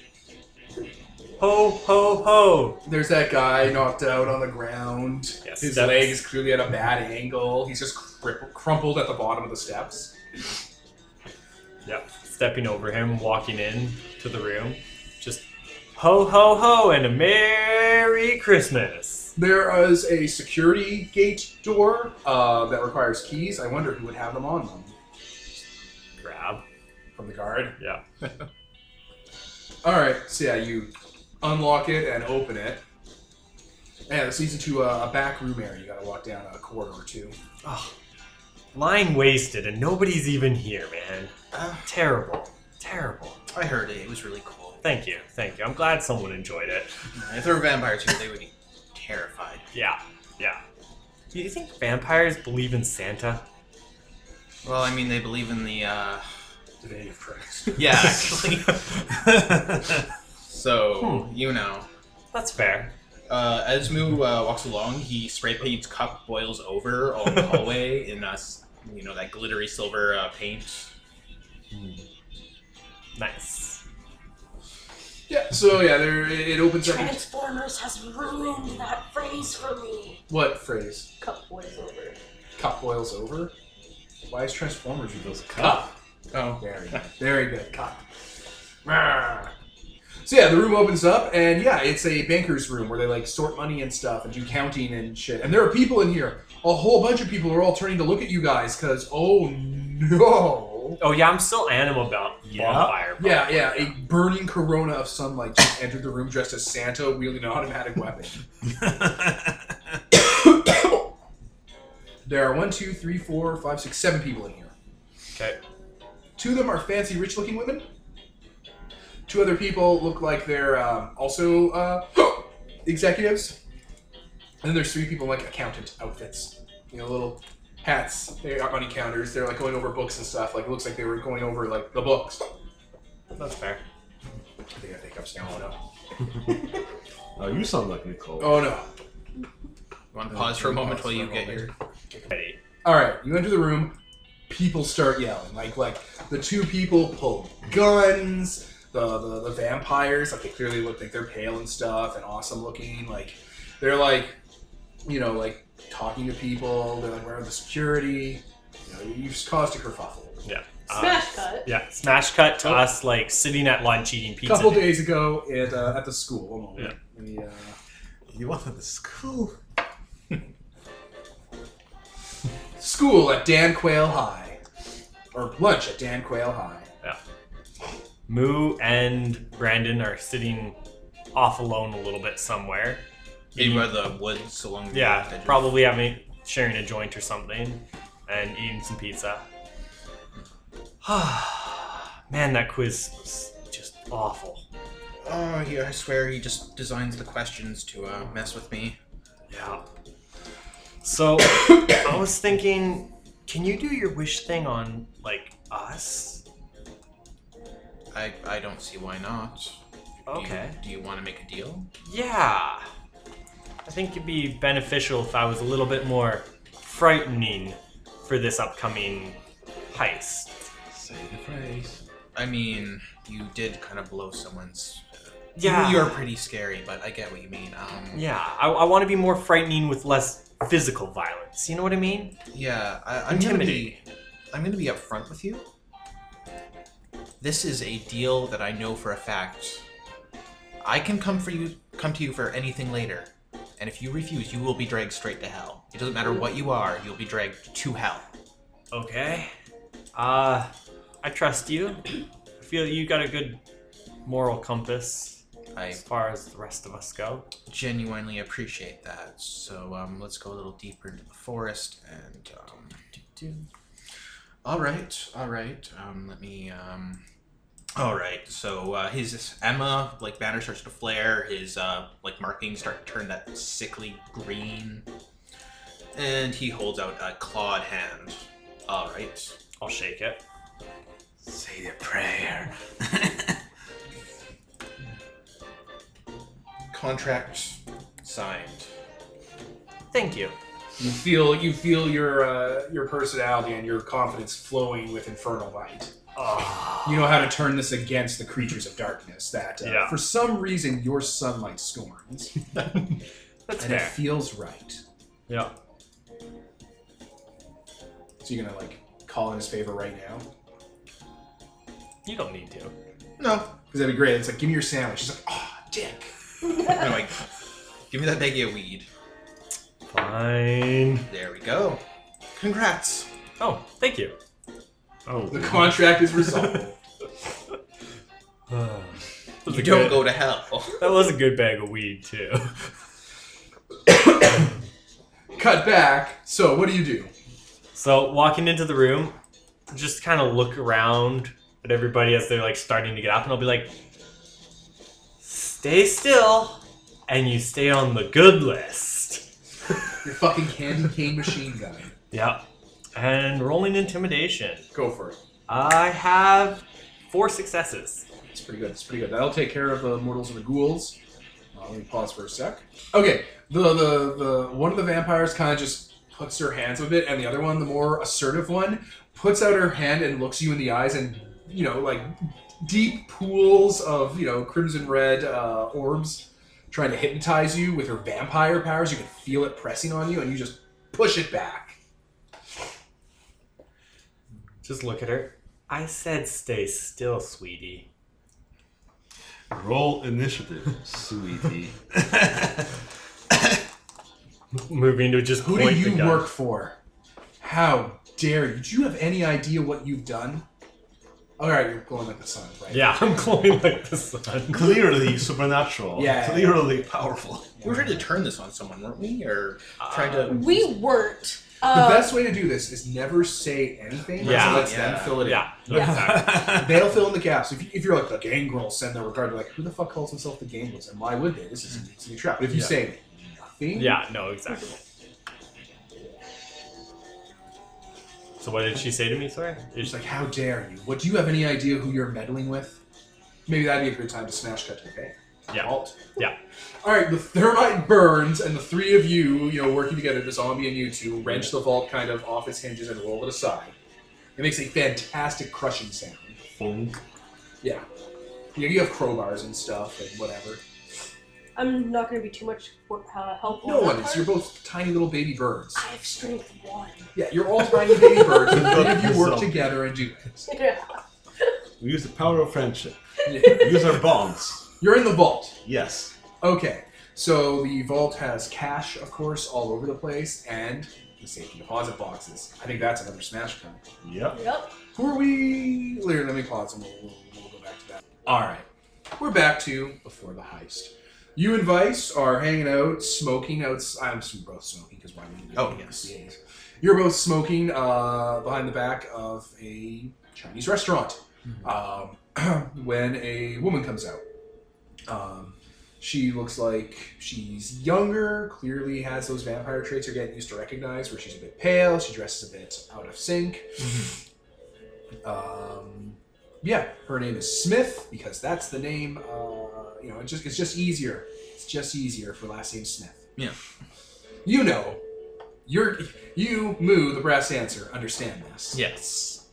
Ho ho ho!
There's that guy knocked out on the ground.
Yes,
His
steps.
leg is clearly at a bad angle. He's just crimp- crumpled at the bottom of the steps.
Yep. Stepping over him, walking in to the room. Just ho ho ho and a Merry Christmas.
There is a security gate door uh, that requires keys. I wonder who would have them on them.
Grab.
From the guard?
Yeah.
Alright, so yeah, you unlock it and open it. And this leads into a, a back room area. You gotta walk down a corridor or two.
Line wasted and nobody's even here, man.
Ah.
Terrible. Terrible.
I heard it. It was really cool.
Thank you. Thank you. I'm glad someone enjoyed it.
If there were vampires here, they would be terrified.
Yeah. Yeah. Do you think vampires believe in Santa?
Well, I mean, they believe in the. uh...
Divinity of Christ.
Yeah, actually. so
Hmm.
you know,
That's fair.
uh, as Moo uh, walks along, he spray paints cup boils over all the hallway in us. You know that glittery silver uh, paint.
Hmm. Nice.
yeah, so yeah, there it opens up. into-
Transformers has ruined that phrase for me.
What phrase?
Cup boils over.
Cup boils over? Why is Transformers with those
Cup.
Oh, very good. Very good. Cock. Rah. So yeah, the room opens up, and yeah, it's a banker's room where they like sort money and stuff and do counting and shit. And there are people in here. A whole bunch of people are all turning to look at you guys because oh no.
Oh yeah, I'm still animal bon-
Yeah.
bonfire. but-
Yeah, yeah, a burning corona of sunlight just entered the room dressed as Santa wielding an automatic weapon. There are one, two, three, four, five, six, seven people in here.
Okay.
Two of them are fancy, rich-looking women. Two other people look like they're um, also uh, executives. And then there's three people in like accountant outfits, you know, little hats. They are money counters. They're like going over books and stuff. Like it looks like they were going over like the books.
That's fair.
I think I think I'm now. Oh no!
Oh, you sound like Nicole.
Oh no!
Want to pause for a moment while you get your.
Ready.
All right, you enter the room. People start yelling. Like like the two people pull guns. The the, the vampires like they clearly look like they're pale and stuff and awesome looking. Like they're like you know like talking to people. They're like where are the security? You know you- you've caused a kerfuffle.
Yeah. Uh,
Smash cut.
Yeah. Smash cut to us like sitting at lunch eating
A
pizza.
couple days ago at uh, at the school.
Yeah.
We, uh,
You wanted the school.
school at Dan Quayle High or lunch at Dan Quayle High.
Moo and Brandon are sitting off alone a little bit somewhere.
Maybe by the woods along the
Yeah,
edge of-
probably having sharing a joint or something, and eating some pizza. Man, that quiz was just awful.
Oh, yeah, I swear he just designs the questions to uh, mess with me.
Yeah. So I was thinking, can you do your wish thing on like us?
I, I don't see why not. Do you-
Okay.
Do you, want to make a deal?
Yeah. I think it'd be beneficial if I was a little bit more frightening for this upcoming heist.
Say the phrase.
I mean, you did kind of blow someone's.
Yeah.
You are pretty scary, but I get what you mean. Um,
Yeah, I, I want to be more frightening with less physical violence. You know what I mean?
Yeah, I, I'm gonna be.
Intimidating.
I'm gonna be upfront with you. This is a deal that I know for a fact. I can come for you, come to you for anything later, and if you refuse, you will be dragged straight to hell. It doesn't matter what you are; you'll be dragged to hell.
Okay. Uh, I trust you. I feel you got a good moral compass
I
as far as the rest of us go.
genuinely appreciate that. So um, let's go a little deeper into the forest and. Um, all right, all right. Um, let me. Um, all right. So uh, his Emma like banner starts to flare. His uh, like markings start to turn that sickly green, and he holds out a clawed hand. All right.
I'll shake it.
Say the prayer.
Contract signed.
Thank you.
You feel you feel your uh, your personality and your confidence flowing with infernal light.
Oh,
You know how to turn this against the creatures of darkness that, uh,
Yeah.
for some reason, your sunlight scorns,
that's
and it
fair.
feels right.
Yeah.
So you're gonna like call in his favor right now.
You don't need to.
No.
Because that'd be great. It's like, give me your sandwich. She's like, oh, dick.
I'm like, give me that baggie of weed.
Fine.
There we go. Congrats.
Oh, thank you.
Oh,
The contract is resolved.
That was
You
a
don't
good-
go to hell.
That was a good bag of weed too.
Cut back. So, what do you do?
So walking into the room, just kind of look around at everybody as they're like starting to get up, and I'll be like, "Stay still, and you stay on the good list."
Your fucking candy cane machine gun.
Yep. And rolling intimidation,
Go for it.
I have four successes.
It's pretty good. It's pretty good. That'll take care of the mortals and the ghouls. Uh, let me pause for a sec. Okay, the the the one of the vampires kind of just puts her hands with it, and the other one, the more assertive one, puts out her hand and looks you in the eyes, and you know, like deep pools of you know crimson red uh, orbs trying to hypnotize you with her vampire powers. You can feel it pressing on you, and you just push it back.
Just look at her. I said, "Stay still, sweetie."
Roll initiative, sweetie.
Moving to just
Who do
point the
you
gun.
work for? How dare you? Do you have any idea what you've done? All right, you're glowing like the sun, right?
Yeah, I'm glowing like the sun.
Clearly supernatural.
Yeah.
Clearly powerful.
We were trying to turn this on someone, weren't we? Or trying to.
We weren't.
The
Uh,
best way to do this is never say anything.
Yeah.
so let's them
Yeah.
fill it
Yeah.
Yeah.
in. They'll fill in the gaps. If, you, if you're like the gang girls, send their regard. You're like, who the fuck calls himself the gang girls, and why would they? This is it's a trap. But if you
Yeah.
say nothing,
Yeah, no, exactly. So what did she say to me, sorry?
it's like, how dare you? What do you have any idea who you're meddling with? Maybe that'd be a good time to smash cut to the bank.
yeah.
Alt.
Yeah.
All right, the thermite burns, and the three of you, you know, working together, the zombie and you two, wrench the vault kind of off its hinges and roll it aside. It makes a fantastic crushing sound.
Funk.
Yeah. You, you have crowbars and stuff and whatever.
I'm not going to be too much wor- uh, helpful.
No
on
one is.
that part.
You're both tiny little baby birds.
I have strength one.
Yeah, you're all tiny baby birds. and The three of you work
Zombie.
together and do things.
Yeah.
We use the power of friendship.
Yeah.
We use our bonds.
You're in the vault.
Yes.
Okay, so the vault has cash, of course, all over the place, and the safety deposit boxes. I think that's another smash cut.
Yep.
Yep.
Who are we? Later, let me pause and we'll, we'll, we'll go back to that. All right, we're back to before the heist. You and Vice are hanging out, smoking out. I'm s- both smoking because why wouldn't you?
Oh, yes.
Yes. You're both smoking uh, behind the back of a Chinese restaurant
Hmm.
um, when a woman comes out. Um, she looks like she's younger, clearly has those vampire traits you're getting used to recognize, where she's a bit pale, she dresses a bit out of sync. um, yeah, her name is Smith because that's the name. Uh, you know, it just it's just easier. It's just easier for last name Smith.
Yeah.
You know, you're you Moo the brass dancer understand this.
Yes.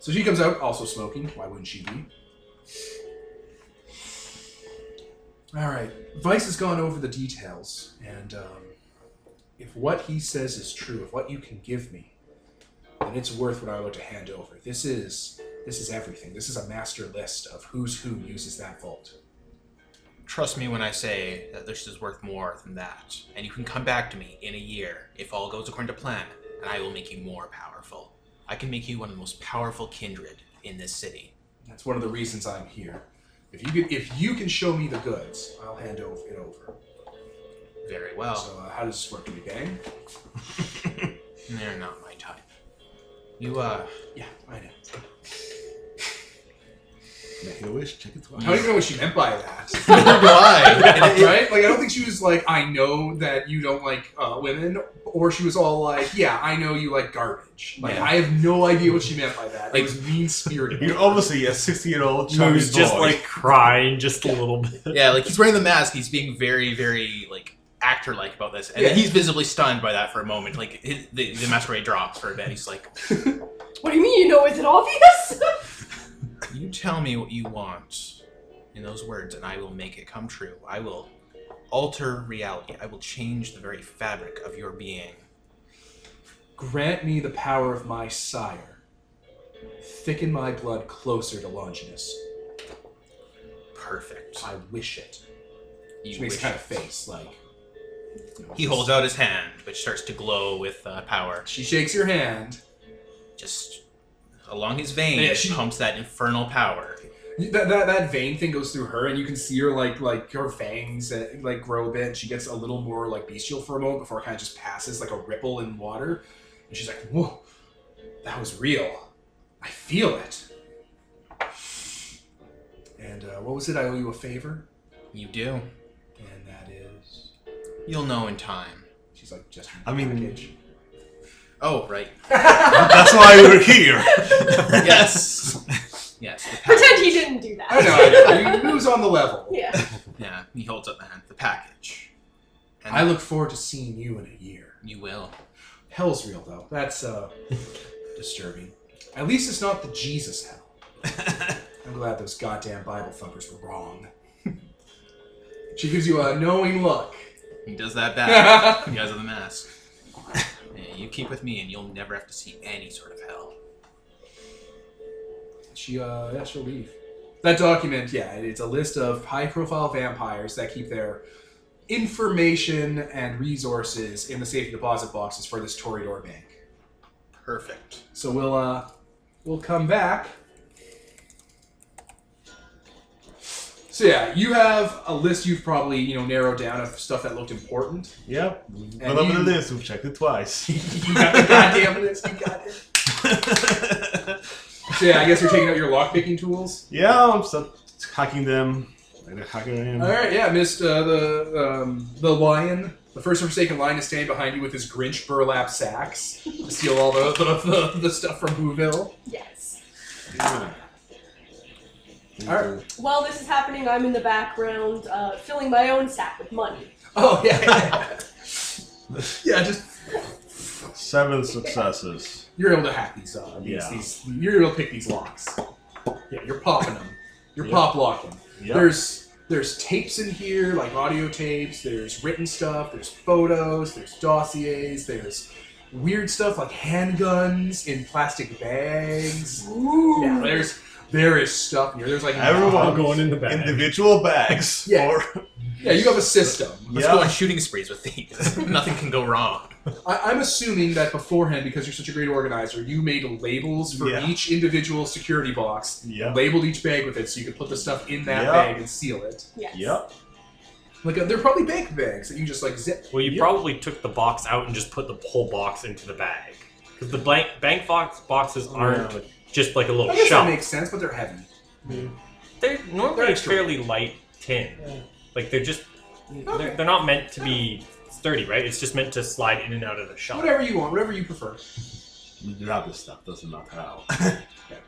So she comes out also smoking. Why wouldn't she be? All right. Vice has gone over the details, and um, if what he says is true, if what you can give me, then it's worth what I want to hand over. This is this is everything. This is a master list of who's who uses that vault.
Trust me when I say that this is worth more than that. And you can come back to me in a year if all goes according to plan, and I will make you more powerful. I can make you one of the most powerful kindred in this city.
That's one of the reasons I'm here. If you could, if you can show me the goods, I'll hand over it over.
Very well.
So uh, how does this work? Do we bang?
They're not my type. You, uh,
Yeah, I know.
Make a wish, check it twice.
I don't even know what she meant by that.
neither do I.
right? Like, I don't think she was like, I know that you don't like uh, women, or she was all like, yeah, I know you like garbage. Like,
Yeah.
I have no idea what she meant by that. it
Like-
was mean spirited.
You're obviously a 60 year old chubby
Moo's just
boy.
like crying just a little bit.
yeah, like he's wearing the mask. He's being very, very like actor-like about this, and then
Yeah.
he's visibly stunned by that for a moment. Like his, the, the masquerade drops for a bit. He's like,
What do you mean you know? Is it obvious?
"You tell me what you want in those words, and I will make it come true. I will alter reality. I will change the very fabric of your being."
Grant me the power of my sire, Thicken my blood closer to Longinus.
Perfect.
I wish it.
You
She makes
wish-
kind of face, like. you know,
He holds out his hand, which starts to glow with uh, power.
She shakes your hand.
Just along his vein,
Yeah,
it
she-
pumps that infernal power.
That, that, that vein thing goes through her, and you can see her like like her fangs uh, like grow a bit. And she gets a little more like bestial for a moment before it kind of just passes like a ripple in water. And she's like, "Whoa, that was real. I feel it." And uh, what was it? I owe you a favor,
You do.
and that is.
You'll know in time.
She's like, "Just
I mean-
package."
Oh, right.
That's why we're here.
yes. Yes. The
Pretend
package.
he didn't do that.
I know, I know. Who's on the level?
yeah.
Yeah. He holds up the hand. The package. And
I look forward to seeing you in a year.
You will.
Hell's real though. That's uh disturbing. At least it's not the Jesus hell. I'm glad those goddamn Bible thumpers were wrong. she gives you a knowing look.
He does that back
yeah,
because of the mask. Yeah, you keep with me, and you'll never have to see any sort of hell.
she uh yeah, she'll leave. That document, yeah, it's a list of high-profile vampires that keep their information and resources in the safety deposit boxes for this Torridor Bank.
Perfect.
So we'll uh we'll come back. So yeah, you have a list you've probably, you know, narrowed down of stuff that looked important.
Yep.
And
But over the
you-
list, we've checked it twice.
you got the goddamn list, you got it. So yeah, I guess you're taking out your lockpicking tools.
yeah, I'm start hacking them. Like a hacker I am.
Alright, yeah, missed uh, the um, the lion. The first forsaken lion is standing behind you with his Grinch burlap sacks to steal all the the, the, the stuff from Whoville.
Yes.
Yeah.
Alright.
While this is happening, I'm in the background uh, filling my own sack with money.
Oh yeah. yeah, just
Seven successes.
you're able to hack these. Uh, these,
Yeah.
these you're able to pick these locks. Yeah, you're popping them. You're
Yeah.
pop locking.
Yep.
There's there's tapes in here, like audio tapes. There's written stuff. There's photos. There's dossiers. There's weird stuff like handguns in plastic bags.
Ooh.
Yeah, there's there is stuff here. There's like
Everyone
going in the bag.
Individual bags.
Yeah.
Or,
Yeah, you have a system.
Let's go on shooting sprees with these. Nothing can go wrong.
I, I'm assuming that beforehand, because you're such a great organizer, you made labels for
Yeah.
each individual security box
Yep.
labeled each bag with it so you could put the stuff in that
Yeah.
bag and seal it.
Yes.
Yep.
Like uh, they're probably bank bags that you just like zip.
Well, you probably took the box out and just put the whole box into the bag. Because the blank, bank box boxes aren't
Yeah.
just like a little
I guess
shop.
that makes sense, but they're heavy.
they're normally
They're extra.
fairly light tin. Like they're just
Okay.
they're, they're not meant to be sturdy, right? It's just meant to slide in and out of the shop.
Whatever you want, whatever you prefer.
Grab the stuff, doesn't matter how.
Yeah.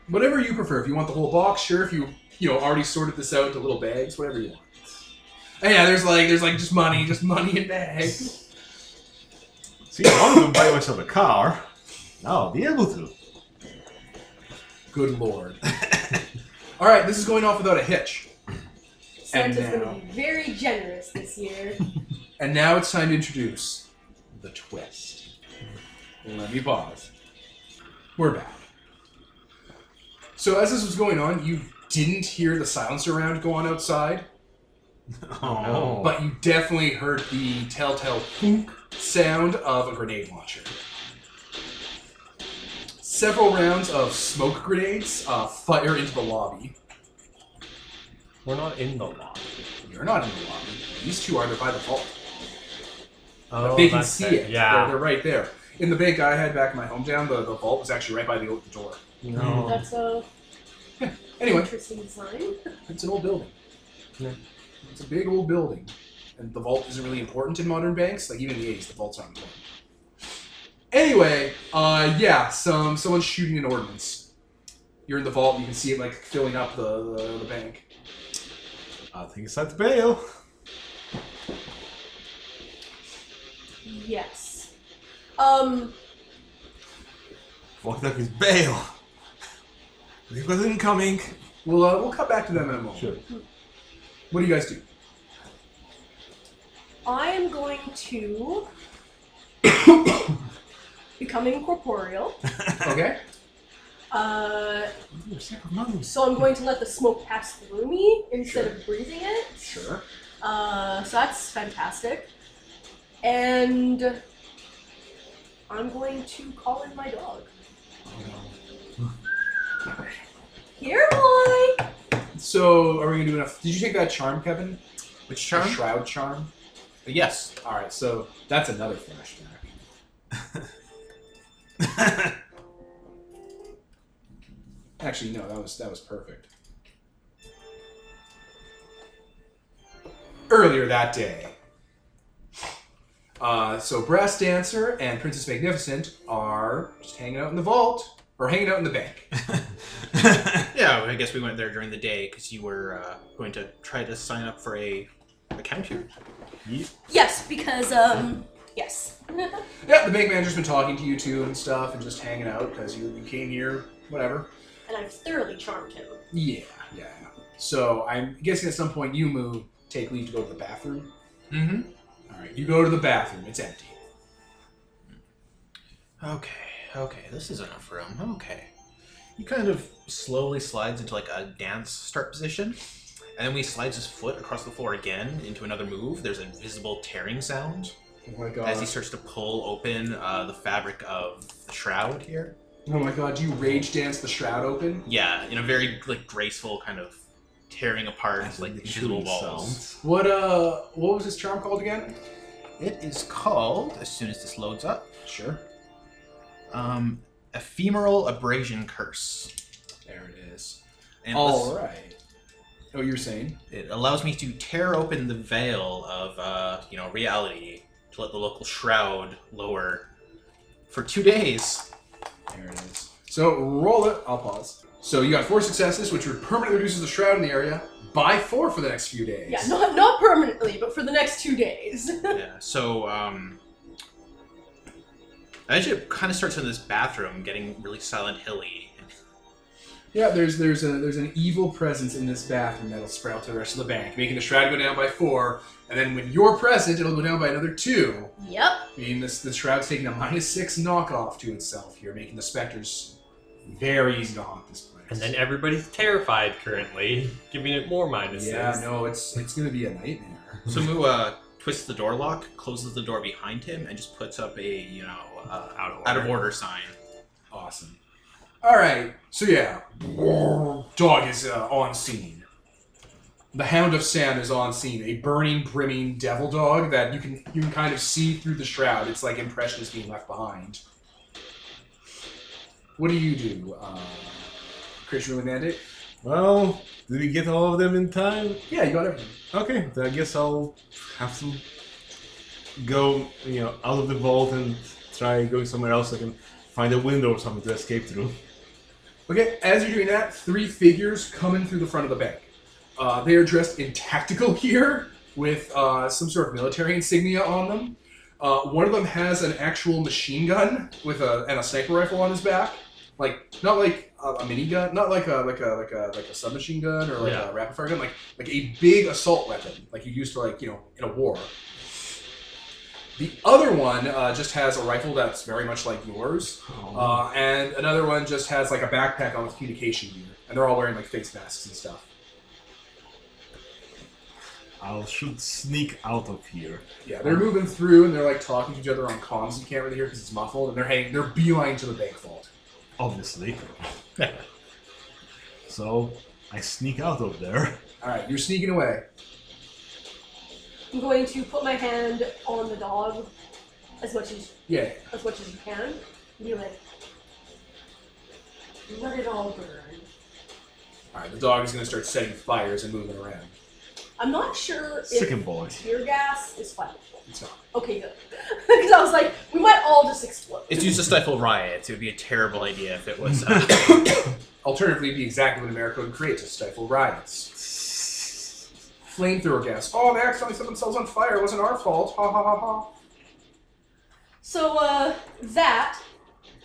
Whatever you prefer. If you want the whole box, sure. If you you know already sorted this out into little bags, whatever you want. And yeah, there's like there's like just money, just money in bags.
See, I wanted to buy myself a car. Now I'll be able to.
Good lord. All right, this is going off without a hitch.
Santa's
And now-
going to be very generous this year.
And now it's time to introduce the twist. Let me pause. We're back. So as this was going on, you didn't hear the silencer round go on outside,
Oh,
but you definitely heard the telltale poop sound of a grenade launcher. Several rounds of smoke grenades uh, fire into the lobby.
We're not in the lot.
You're not in the lobby. These two are. They're by the vault.
Oh,
they can
that's
see
it.
it. They're,
Yeah.
they're right there. In the bank I had back in my hometown, the, the vault was actually right by the open door.
No.
That's a
Anyway,
interesting design.
it's an old building.
Yeah.
It's a big old building. And the vault isn't really important in modern banks. Like, even in the 80s, the vault's not important. Anyway, uh, yeah, some someone's shooting an ordnance. You're in the vault, you can see it, like, filling up the, the, the bank.
I think it's time to bail.
Yes. Um,
Fuck that is bail. We've got incoming.
We'll, uh, we'll cut back to them in a moment.
Sure.
What do you guys do?
I am going to become incorporeal
Okay?
Uh,
Ooh, sack of money.
so I'm going to let the smoke pass through me instead of breathing it.
Sure.
Uh, so that's fantastic. And I'm going to call in my dog. Here, boy!
So are we gonna do enough? Did you take that charm, Kevin?
Which
The
charm?
shroud charm. Uh,
Yes.
All right. So that's another flashback. Actually, no. That was that was perfect. Earlier that day. Uh, so Brass Dancer and Princess Magnificent are just hanging out in the vault or hanging out in the bank.
Yeah, I guess we went there during the day because you were uh, going to try to sign up for a account here.
Yes, because, um, yes.
Yeah, the bank manager's been talking to you two and stuff and just hanging out because you, you came here, whatever.
and I've thoroughly charmed him.
Yeah, yeah. So I'm guessing at some point you move, take leave to go to the bathroom.
Mm-hmm.
All right, you go to the bathroom. It's empty.
Okay, okay, this is enough room. Okay. He kind of slowly slides into like a dance start position, and then when he slides his foot across the floor again into another move, there's a visible tearing sound
Oh my god.
as he starts to pull open uh, the fabric of the shroud here.
oh my god. Do you rage dance the shroud open?
Yeah, in a very like graceful kind of tearing apart like invisible walls.
What uh? What was this charm called again?
It is called, as soon as this loads up,
Sure.
um, Ephemeral Abrasion Curse.
There it is.
And
All
let's-
right. Oh, you're saying?
it allows me to tear open the veil of uh, you know reality to let the local shroud lower for two days.
There it is. So roll it. I'll pause. So you got four successes, which permanently reduces the shroud in the area by four for the next few days.
Yeah, not, not permanently, but for the next two days.
yeah. So um, actually, it kind of starts in this bathroom, getting really Silent Hilly.
Yeah, there's there's a there's an evil presence in this bathroom that'll sprout to the rest of the bank, making the shroud go down by four, and then when you're present, it'll go down by another two.
yep.
Meaning this the shroud's taking a minus six knockoff to itself here, making the specters very easy to haunt this place.
And then everybody's terrified currently, giving it more minuses.
yeah, no, it's it's gonna be a nightmare.
So Mua twists the door lock, closes the door behind him, and just puts up a you know uh,
Out of order.
out of order sign.
Awesome. All right, so yeah, dog is uh, on scene. The Hound of Sam is on scene, a burning, brimming devil dog that you can you can kind of see through the shroud. It's like impressions being left behind. What do you do, uh, Christian Ruling Bandit?
Well, did we get all of them in time?
Yeah, you got everything.
Okay, then I guess I'll have to go, you know, out of the vault and try going somewhere else. I can find a window or something to escape through.
Okay, as you're doing that, three figures come in through the front of the bank. Uh, they are dressed in tactical gear with uh, some sort of military insignia on them. Uh, one of them has an actual machine gun with a and a sniper rifle on his back, like not like a, a minigun, not like a like a like a like a submachine gun or like
Yeah.
a rapid fire gun, like like a big assault weapon, like you used to like you know in a war. The other one uh, just has a rifle that's very much like yours,
Oh.
uh, and another one just has like a backpack on with communication gear, and they're all wearing like face masks and stuff.
I should sneak out of here.
Yeah, they're moving through and they're like talking to each other on comms. You can't really hear because it's muffled, and they're hanging, they're beeline to the bank vault.
Obviously. so I sneak out of there.
All right, you're sneaking away.
I'm going to put my hand on the dog as much as
Yeah,
as much as you can. Be like, let it all burn.
all right. The dog is gonna start setting fires and moving around.
I'm not sure if
Second boy.
tear gas is flammable.
It's not.
Okay, good. Because I was like, we might all just explode.
It's used to stifle riots. It would be a terrible idea if it was. Uh,
Alternatively, it'd be exactly what America would create to stifle riots. Flamethrower gas. Oh, they accidentally set themselves on fire. It wasn't our fault. Ha ha ha ha.
So uh, that,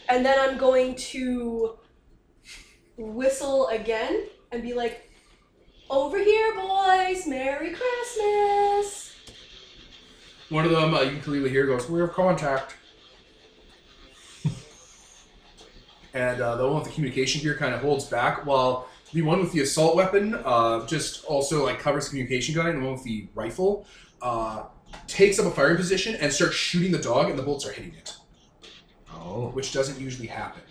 and then I'm going to whistle again and be like, over here, boys! Merry Christmas!
One of them, uh, you can clearly hear, goes, "We have contact." and uh, the one with the communication gear kind of holds back, while the one with the assault weapon uh, just also like covers the communication guy, and the one with the rifle uh, takes up a firing position and starts shooting the dog, and the bullets are hitting it,
Oh.
which doesn't usually happen.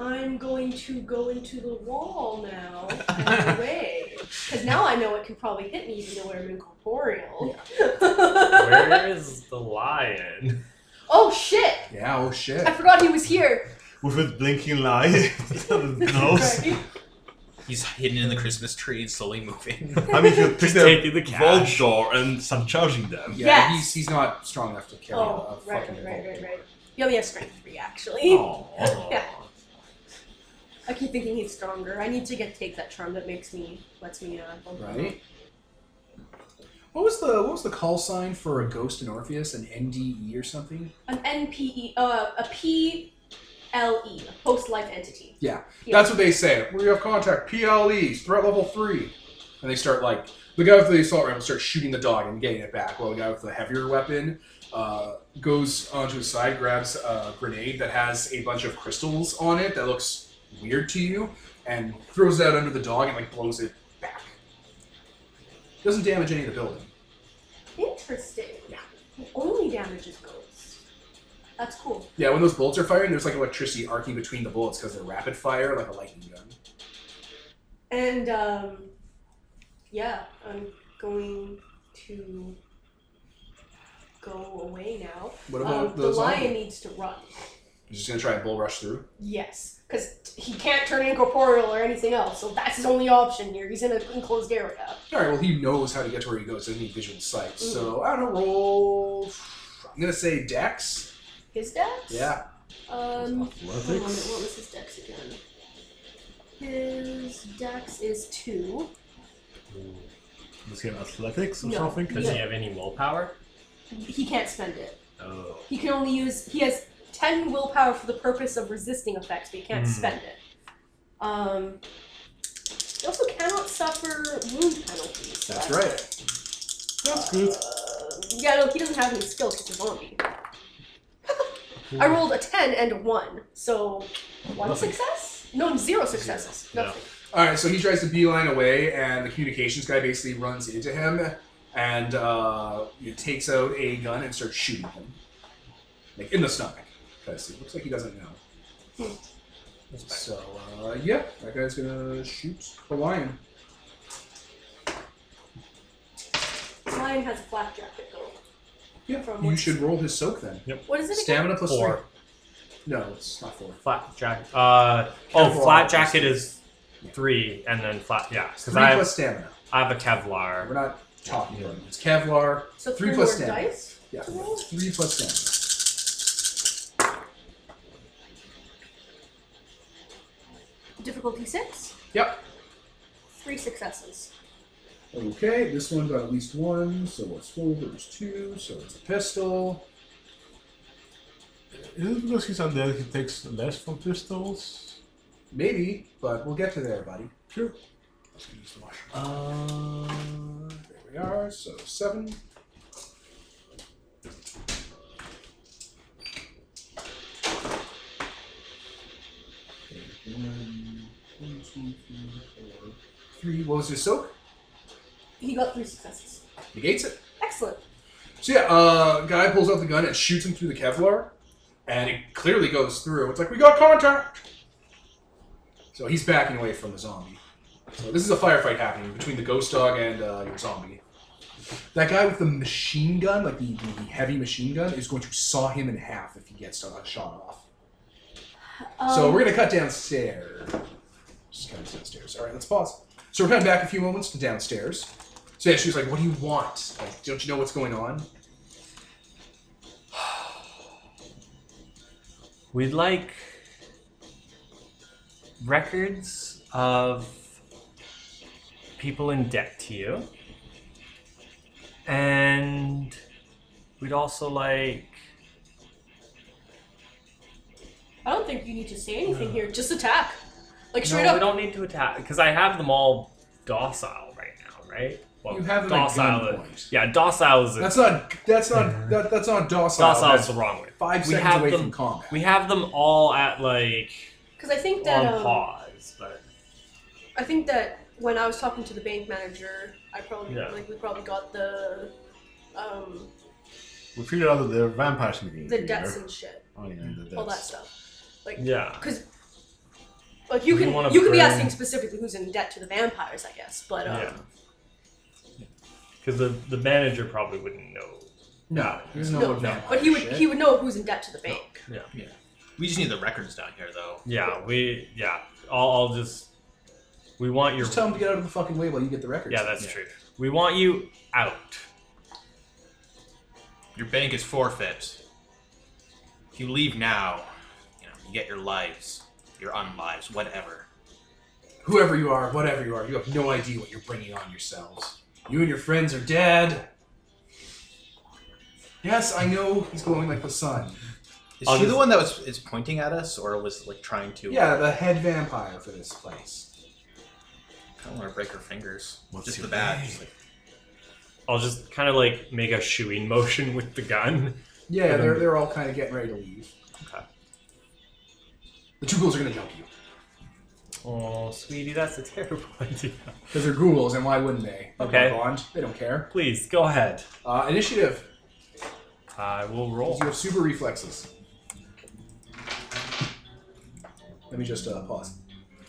I'm going to go into the wall now and away. Because now I know it can probably hit me even though I'm incorporeal.
Where is the lion?
oh shit!
Yeah. Oh shit.
I forgot he was here.
With a blinking light. Nose.
Right.
He's hidden in the Christmas tree and slowly moving.
I mean, you pick
Just
the
taking the
vault
cash.
door and start charging them.
Yeah.
Yes.
He's he's not strong enough to carry
Oh,
a, a
right,
fucking
right, right,
bolt.
right, right. He only has strength three, actually.
Oh.
Yeah. I keep thinking he's stronger. I need to get take that charm that makes me lets me uh. bump him up.
Right. What was the what was the call sign for a ghost in Orpheus? An NDE or something?
An NPE, uh, a PLE, a post-life entity.
Yeah,
Yeah.
that's what they say. We have contact PLEs, threat level three, and they start like the guy with the assault rifle starts shooting the dog and getting it back, while the guy with the heavier weapon uh, goes onto his side, grabs a grenade that has a bunch of crystals on it that looks weird to you, and throws that under the dog and like blows it back. Doesn't damage any of the building.
Interesting. Yeah. Only damages ghosts. That's cool.
Yeah, when those bullets are firing, there's like electricity arcing between the bullets because they're rapid fire, like a lightning gun.
And um, yeah, I'm going to go away now.
What about
Um,
the,
the
zombie?
lion needs to run.
He's just gonna try and bull rush through.
Yes, because he can't turn incorporeal or anything else, so that's his only option here. He's in an enclosed area.
All right. Well, he knows how to get to where he goes. Doesn't need visual sight. So I don't know. Roll. I'm gonna say Dex.
His dex?
Yeah.
Um, hold on a minute,
Athletics.
what was his dex again? His dex is two.
Does he have athletics or
No.
something?
Does he have any willpower?
He can't spend it.
Oh.
He can only use. He has ten willpower for the purpose of resisting effects, but he can't
Hmm.
Mm-hmm.
spend it. Um, he also cannot suffer wound penalties. so
That's right.
That's good.
Uh, yeah, no, he doesn't have any skills. He's a zombie. I
Hmm.
rolled a ten and a one, so one
Nothing.
success. No, zero successes.
No.
Nothing.
All right. So he tries to beeline away, and the communications guy basically runs into him, and uh, he takes out a gun and starts shooting him, like in the stomach, because it looks like he doesn't know. So uh, yeah, that guy's gonna shoot the lion.
Lion has a flapjack that go.
Yeah.
From
You
what-
should roll his soak then.
What is it? Again?
Stamina plus
Four.
three. No, it's not four.
Flat jacket. Uh, oh,
Kevlar.
flat jacket is three, and then flat. Yeah, because
Three
I have,
plus stamina.
I have a
We're
Kevlar.
not talking about it. It's Kevlar.
So
Three
three,
plus
more
stamina.
dice.
Yeah.
to roll?
Three plus stamina.
Difficulty six.
Yep.
Three successes.
Okay, this one got at least one, so it's four, there's two, so it's a pistol.
Is it because he's undead he takes less from pistols?
Maybe, but we'll get to there, buddy.
Sure.
Let's use the washroom. Uh, there we are, so seven. Okay, one, one, two, three, four, three. What was your soak?
He got three successes.
Negates it.
Excellent.
So yeah, uh, guy pulls out the gun and shoots him through the Kevlar, and it clearly goes through. It's like we got contact. So he's backing away from the zombie. So this is a firefight happening between the ghost dog and uh, your zombie. That guy with the machine gun, like the, the heavy machine gun, is going to saw him in half if he gets a shot off.
Um,
so we're gonna cut downstairs. Just cut downstairs. All right, let's pause. So we're cutting back a few moments to downstairs. So yeah, she was like, "What do you want? Like, don't you know what's going on?"
We'd like records of people in debt to you, and we'd also like.
Um, I don't think you need to say anything here. Just attack. Like straight
No,
up.
we don't need to attack because I have them all docile right now, right? Well,
You have them at gunpoint.
yeah, docile is a
That's not. That's not. That, that's not docile.
docile is
That's
the wrong word.
five
We
seconds
have
away
them-
from combat.
We have them all at like
Because I think that
on
um,
pause, but
I think that when I was talking to the bank manager, I probably
Yeah.
like we probably got the um
We figured out that they're vampires meeting.
the
here.
debts and shit,
Oh yeah, the debts.
all that stuff.
yeah.
Because like you
You
can
wanna
you can be
burn-
asking specifically who's in debt to the vampires, I guess. But um,
Yeah. Because the, the manager probably wouldn't know.
No, there's no,
No,
one vampire
but he would
shit.
he would know who's in debt to the bank.
We just need the records down here, though.
Yeah, we yeah. I'll, I'll just we want your
Just tell him to get out of the fucking way while you get the records.
yeah. That's
Yeah.
true. We want you out.
Your bank is forfeit. If you leave now, you know, you get your lives, your unlives, whatever.
Whoever you are, whatever you are, you have no idea what you're bringing on yourselves. You and your friends are dead. Yes, I know he's glowing like the sun.
Is
I'll
she the
just-
one that was is pointing at us, or was like trying to?
Yeah, the head vampire for this place.
I don't want to break her fingers.
What's
just
your
the bat.
name?
Just like,
I'll just kind of like make a shooing motion with the gun.
Yeah, they're, they're all kind of getting ready to leave.
Okay.
The two ghouls are gonna jump you.
Oh, sweetie, that's a terrible idea.
Because they're ghouls, and why wouldn't they? They're
Okay.
Bond, they don't care.
Please go ahead.
Uh, initiative.
I will roll.
You have super reflexes. Let me just uh, pause.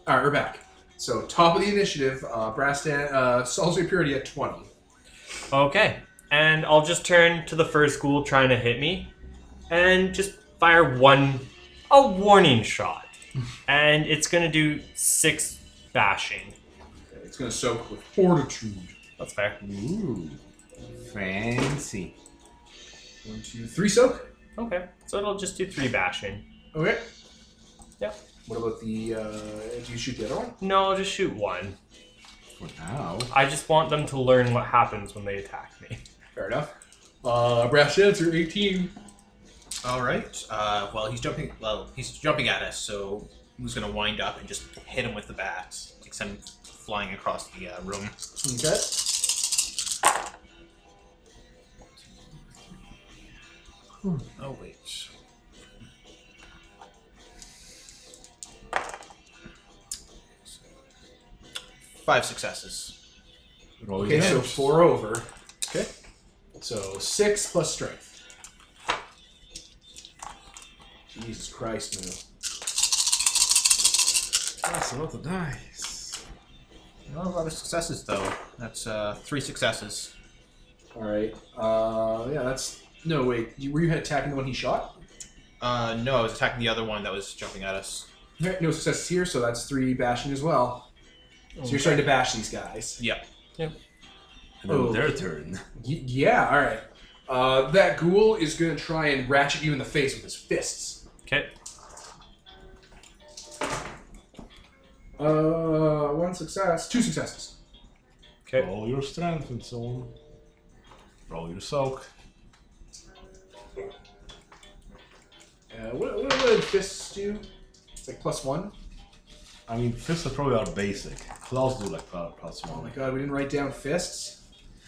All right, we're back. So top of the initiative, uh, Brass Dan, uh, Salisbury Purity at twenty.
Okay. And I'll just turn to the first ghoul trying to hit me and just fire one, a warning shot. and it's going to do six bashing.
It's gonna soak with fortitude.
That's fair.
Ooh, fancy.
One, two, three soak.
Okay. So it'll just do three bashing.
Okay.
Yep.
What about the? Uh, do you shoot the other one?
No, I'll just shoot one.
For now.
I just want them to learn what happens when they attack me.
Fair enough. Uh, brass dancer eighteen.
All right. Uh, well, he's jumping. Well, he's jumping at us, so who's gonna wind up and just hit him with the bat? Like send him flying across the uh, room.
Okay.
Oh wait. Five successes.
Roll
Okay,
your
so
damage.
four over. Okay. So six plus strength. Jesus Christ, no.
That's a lot of dice.
Not a lot of successes though. That's uh, three successes.
All right. Uh, yeah, that's no wait. You, were you attacking the one he shot?
Uh, no, I was attacking the other one that was jumping at us.
Okay, No success here, so that's three bashing as well. So you're starting to bash these guys.
Yep.
And then
Oh.
their turn.
Y- yeah. All right. Uh, that ghoul is gonna try and ratchet you in the face with his fists.
Okay.
Uh, one success, two successes. Eh.
Okay.
Roll your strength and so on. Roll your soak.
Uh, what, what, what did fists do? It's like plus one.
I mean, fists are probably our basic. Claws do like pl- plus
Oh my
one.
god, we didn't write down fists.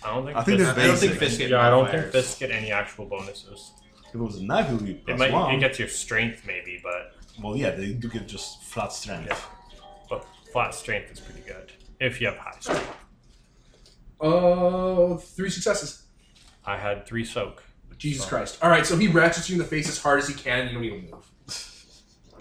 I don't think
I think
this-
they're
I don't think
Basic.
Fisk get
Yeah, I don't think
modifiers.
fists get any actual bonuses.
If it was a knife, it would be plus
It might
one.
it gets your strength maybe, but
Well, yeah, they do get just flat strength. Mm-hmm.
but flat strength is pretty good if you have high strength.
Oh, three successes.
I had three soak.
Jesus Christ. All right, so he ratchets you in the face as hard as he can, and you don't even move.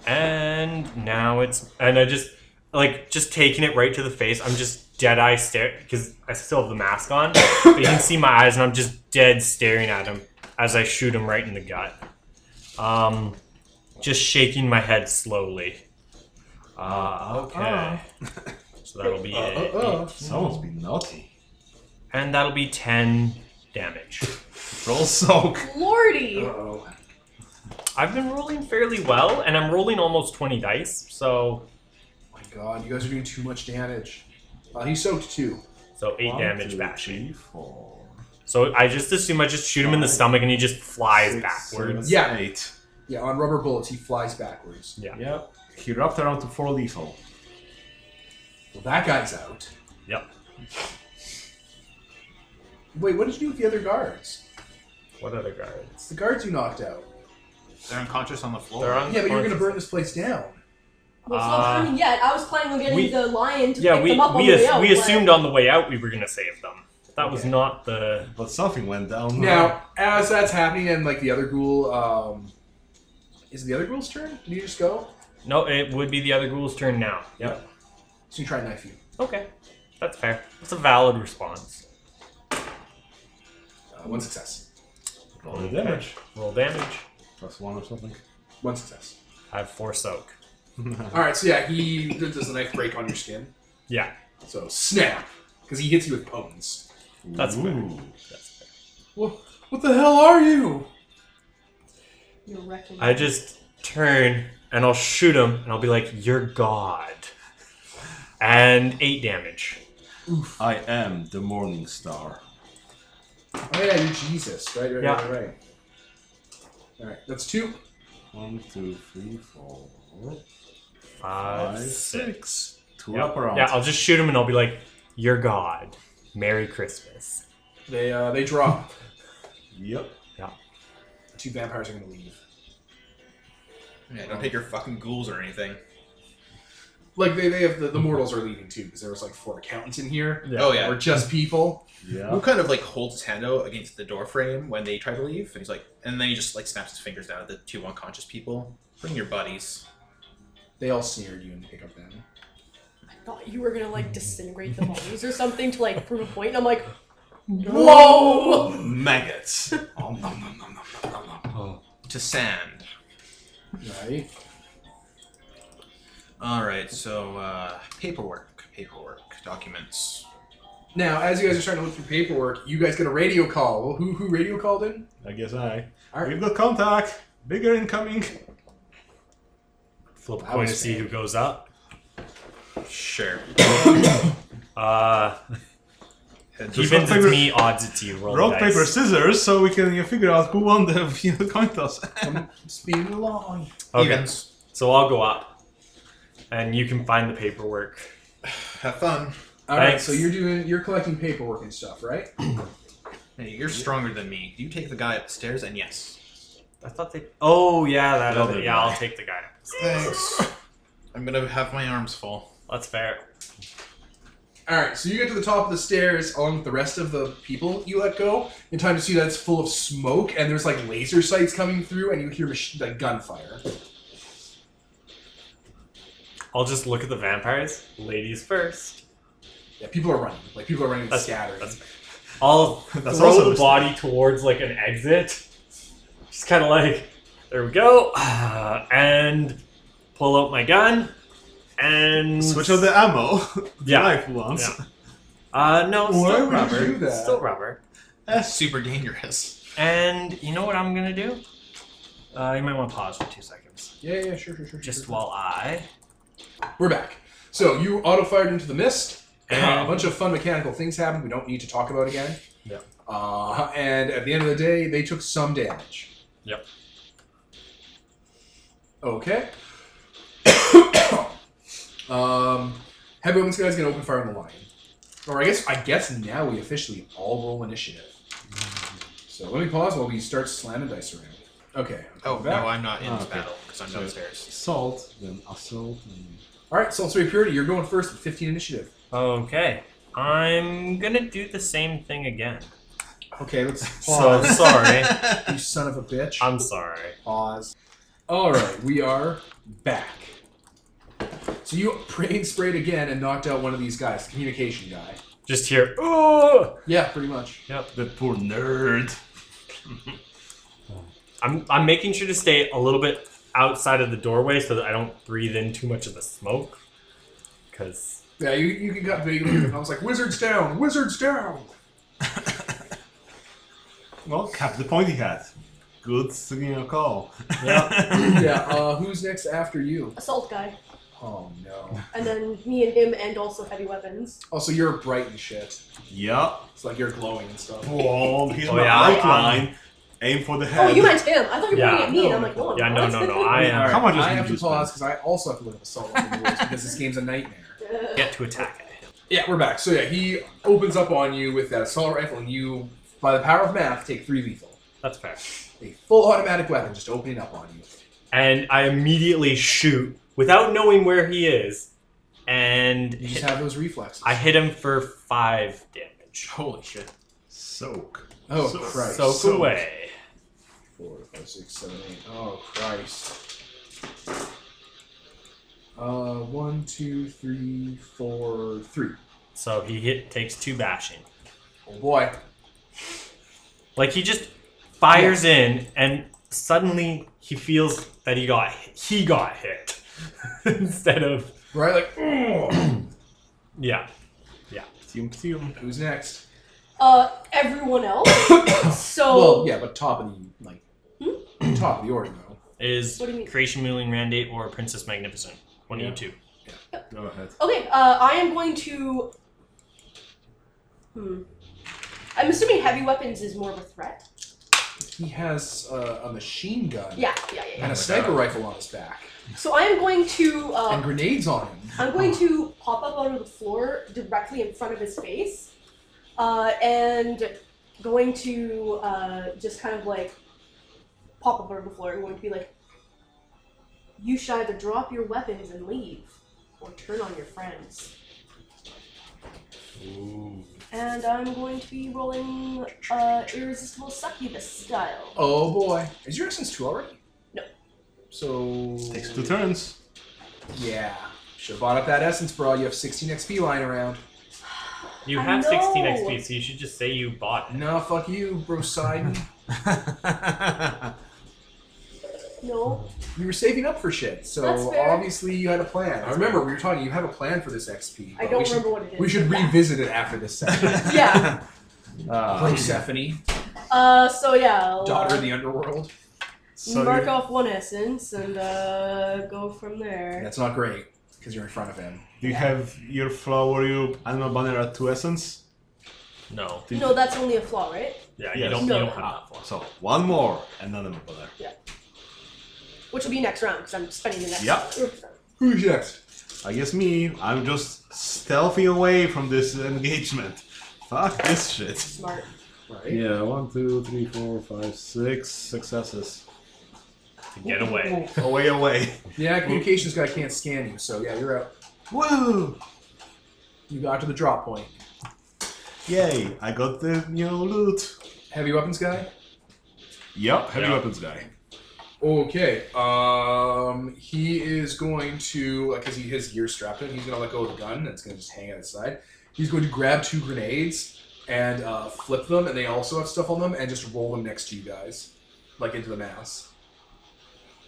And now it's and I just like just taking it right to the face. I'm just dead eye stare because I still have the mask on, but you can see my eyes, and I'm just dead staring at him as I shoot him right in the gut. Um, just shaking my head slowly. Uh, okay. So that'll be
Uh,
it.
uh,
Someone's been naughty.
and that'll be ten damage.
Roll soak.
uh.
Lordy,
Uh-oh.
I've been rolling fairly well, and I'm rolling almost 20 dice, so
My god, you guys are doing too much damage. Uh, he soaked two.
so eight
One,
damage
two,
bashing.
three, four,
So I just assume I just shoot him in the stomach, and he just flies
six,
backwards.
Yeah.
seven, Eight.
Yeah, on rubber bullets, he flies backwards.
Yeah.
Yep. He wrapped around to four lethal.
Well, that guy's out.
Yep.
Wait, what did you do with the other guards?
What other guards?
It's the guards you knocked out.
They're unconscious on the floor.
They're on.
Yeah, but you're gonna burn this place down.
Well, it's not
Uh,
coming yet. I was planning on getting
we-
the lion to
Yeah,
pick
we
them up on
we,
the
as-
way out.
we
but-
assumed on the way out we were gonna save them. That was
Okay.
not the.
But something went down.
Now, as that's happening, and like the other ghoul, um, is it the other ghoul's turn? Did you just go?
No, it would be the other ghoul's turn now. Yep.
So you try and knife you.
Okay, that's fair. That's a valid response.
Uh, one success.
All the damage.
Roll damage.
Plus one or something.
One success.
I have four soak.
All right. So yeah, he does the knife break on your skin.
Yeah,
So snap, because he hits you with bones.
That's fair. that's fair.
What, what the hell are you?
You're wrecking.
I just turn and I'll shoot him and I'll be like, "You're God," and eight damage.
I am the morning star.
Oh yeah, you're Jesus. Right, right,
Yeah.
right, right. All right, that's two.
One, two, three, four,
Five,
five,
six.
six. Two
Yep.
up around.
Yeah, I'll just shoot him and I'll be like, "You're God. Merry Christmas."
They uh, they drop.
Yep.
The two vampires are gonna leave.
Yeah, don't take your fucking ghouls or anything.
Like they, they have the, the mortals are leaving too because there was like four accountants in here.
Yeah.
Oh yeah.
Or just people.
Yeah.
Oh.
Who kind of like holds his hand out against the door frame when they try to leave, and he's like, and then he just like snaps his fingers down at the two unconscious people. Bring your buddies.
They all sneer at you and pick up them.
I thought you were gonna like disintegrate the bones or something to like prove a point, and I'm like, whoa!
Maggots. oh, nom, nom, nom, nom, nom, nom, nom.
To sand.
Right.
All right, so uh, paperwork, paperwork, documents.
Now, as you guys are starting to look through paperwork, you guys get a radio call. Well, who who radio called in?
I guess I.
All right.
We've got contact. Bigger incoming.
Flip a
That
coin
was
to see
fair.
who goes up.
Sure.
Uh,
Heads
evens
Just rock,
it's
paper-
me, odds it's you. Roll the
Rock,
dice.
paper, scissors, so we can figure out who won the you know, coin toss.
I'm speeding along.
Okay,
Evens.
so I'll go up, and you can find the paperwork.
Have fun.
All right.
Thanks.
So you're doing you're collecting paperwork and stuff, right?
Hey, you're stronger than me. Do you take the guy upstairs? And yes.
I thought they. Oh yeah, that
The
other.
other
Yeah,
guy.
I'll take the guy.
Thanks. I'm gonna have my arms full.
That's fair.
All right. So you get to the top of the stairs along with the rest of the people you let go in time to see that's full of smoke and there's like laser sights coming through and you hear mach- like gunfire.
I'll just look at the vampires. Ladies first.
Yeah, people are running. Like people are running and
That's-
scattering.
that's- I'll
That's also
throw the
a
body towards like an exit. Just kind of like, there we go, and pull out my gun, and
Switch out the ammo.
Yeah.
Knife once.
Yeah. Uh, no,
Why
still
would you
rubber.
do that?
Still rubber.
That's super dangerous.
And you know what I'm gonna do? Uh, you might want to pause for two seconds,
yeah, yeah, sure, sure, sure.
just
sure.
while I.
We're back. So you auto fired into the mist. a
And-
bunch of fun mechanical things happened we don't need to talk about again.
Yeah.
Uh, and at the end of the day, they took some damage.
Yep.
Okay. um, heavy weapons guy's gonna open fire on the lion. Or I guess I guess now we officially all roll initiative. So let me pause while we start slamming dice around. Okay. I'm
Oh
coming back.
no, I'm not in
Ah,
this
okay.
battle because I'm
Sorry.
downstairs.
Salt, then assault. And...
All right, Sultry Purity, you're going first with 15 initiative.
Okay, I'm gonna do the same thing again.
Okay, let's
So
pause.
sorry.
you son of a bitch.
I'm sorry.
Pause. All right, we are back. So you brain sprayed again and knocked out one of these guys, the communication guy.
Just here. Oh,
Yeah, pretty much.
The poor nerd.
I'm I'm making sure to stay a little bit outside of the doorway so that I don't breathe in too much of the smoke. Cause
Yeah, you, you can cut big. I was like, wizards down, wizards down.
Well, cap the pointy hat. Good signal call.
yeah. Uh, who's next after you?
Assault guy,
Oh no.
and then me and him, and also heavy weapons.
Also, you're bright and shit.
Yeah.
It's like you're glowing and stuff.
Well, here's
Oh,
my
yeah, I'm-
outline. Aim for the
Oh,
head.
you meant him. I thought you were
Yeah.
pointing at me, and I'm like, no, I'm
yeah, no,
not.
no, no. I
All right,
How
am
much is
I
it
have to
used
pause because I also have to look at assault weapon rules because this game's a nightmare.
Uh,
get to attack it.
Yeah, we're back. So yeah, he opens up on you with that assault rifle, and you, by the power of math, take three lethal.
That's fair.
A full automatic weapon just opening up on you.
And I immediately shoot without knowing where he is, and
You just
hit-
have those reflexes.
I hit him for five damage.
Holy shit.
Soak.
oh,
So-
Christ.
Soak
so-
away.
Four, five, six, seven, eight. Oh, Christ. Uh, one, two, three, four, three.
So he hit takes two bashing.
Oh, boy.
Like he just fires in, and suddenly he feels that he got he got hit instead of
Right? Like, "Ugh."
yeah.
Tium, tium.
who's next?
Uh, everyone else. so
Well, yeah, but top of the, like, top of the order, though.
Is
What do you mean?
creation Million Mandate or Princess Magnificent? One of
Yeah.
you two.
Go ahead.
okay, uh, I am going to. Hmm. I'm assuming heavy weapons is more of a threat.
He has uh, a machine gun
Yeah, yeah, yeah.
and a sniper rifle on his back
yeah. So I am going to. Uh,
and grenades on him.
I'm going to pop up out of the floor directly in front of his face, uh, and going to uh, just kind of like pop up out of the floor. I'm going to be like, "You should either drop your weapons and leave, or turn on your friends." And I'm going to be rolling uh, irresistible succubus style.
Oh boy. Is your essence two already?
No.
So.
Takes two turns.
Yeah. Should have bought up that essence, bro. You have 16 XP lying around.
You
I
have 16
know.
XP, so you should just say you bought it.
No, fuck you, bro. Poseidon.
No,
you were saving up for shit, so
That's fair.
obviously you had a plan. I remember we were talking. You have a plan for this XP.
I
but
don't
we should,
remember what it is.
We should revisit it after this session.
Yeah.
Persephone,
Uh, so yeah. I'll, uh,
daughter of the underworld.
So
mark
you-
off one essence and uh, go from there.
That's not great because you're in front of him.
do you have your flower, your animal banner at two essence?
No.
Did
No,
you-
that's only a flaw, right?
Yeah, you
Yes.
don't,
No.
you don't have that for.
So one more and animal banner.
Which will be next round because I'm spending the next.
Yep.
round.
Who's next?
I guess me. I'm just stealthy away from this engagement. Fuck this shit.
Smart.
Right.
Yeah, one, two, three, four, five, six successes.
To get away.
Away, away.
Yeah, communications guy can't scan you, so yeah, you're out.
Woo!
You got to the drop point.
Yay! I got the new loot.
Heavy weapons guy.
Yep, heavy
Yeah.
weapons guy.
Okay. Um, he is going to because he his gear strapped in. He's gonna let go of the gun. And it's gonna just hang out the side. He's going to grab two grenades and uh, flip them, and they also have stuff on them, and just roll them next to you guys, like into the mass.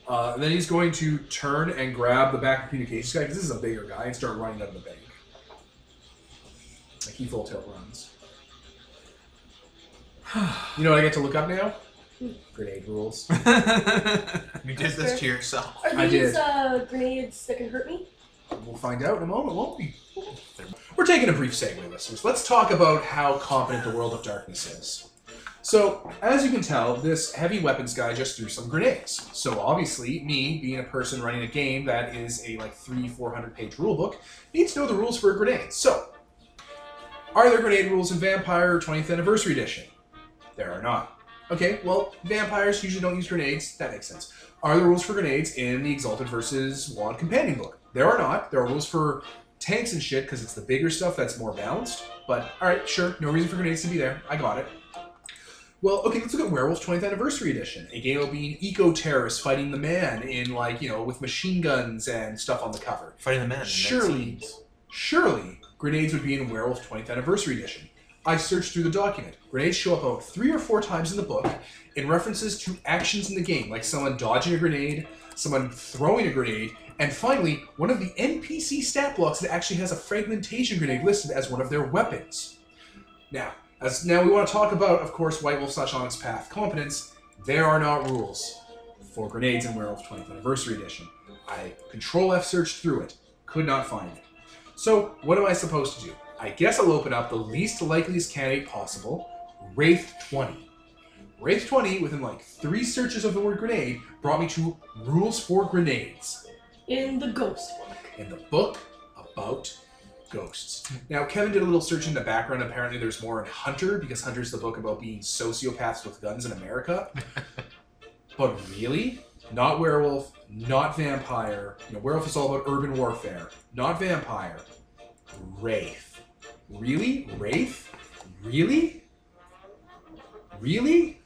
Uh, and then he's going to turn and grab the back communications guy because this is a bigger guy and start running out of the bank. Like he full tilt runs. You know what I get to look up now? Grenade rules.
You did this to yourself.
Are these
I did.
Uh, grenades that can hurt me?
We'll find out in a moment, won't we? We're taking a brief segue, listeners. Let's talk about how competent the world of darkness is. So, as you can tell, this heavy weapons guy just threw some grenades. So obviously, me being a person running a game that is a like three, four hundred page rulebook, needs to know the rules for a grenade. So, are there grenade rules in Vampire 20th Anniversary Edition? There are not. Okay, well, vampires usually don't use grenades. That makes sense are the rules for grenades in the Exalted versus Wand Companion book. There are not. There are rules for tanks and shit because it's the bigger stuff that's more balanced. But all right, sure, no reason for grenades to be there. I got it. Well, okay, let's look at Werewolf 20th Anniversary Edition. A game will be an eco terrorist fighting the man in like you know with machine guns and stuff on the cover.
Fighting the man. in
Surely.
magazines.
Surely, grenades would be in Werewolf 20th Anniversary Edition. I searched through the document. Grenades show up about three or four times in the book in references to actions in the game, like someone dodging a grenade, someone throwing a grenade, and finally, one of the NPC stat blocks that actually has a fragmentation grenade listed as one of their weapons. Now, as now we want to talk about, of course, White Wolf slash Onyx Path competence. There are not rules for grenades in Werewolf 20th Anniversary Edition. I control F searched through it, could not find it. So, what am I supposed to do? I guess I'll open up the least likeliest candidate possible, Wraith 20. Wraith 20, within like three searches of the word grenade, brought me to Rules for Grenades
In the ghost book.
in the book about ghosts. Now, Kevin did a little search in the background. Apparently, there's more in Hunter, because Hunter's the book about being sociopaths with guns in America. but really? Not werewolf, not vampire. You know, werewolf is all about urban warfare. Not vampire. Wraith. Really? Wraith? Really? Really?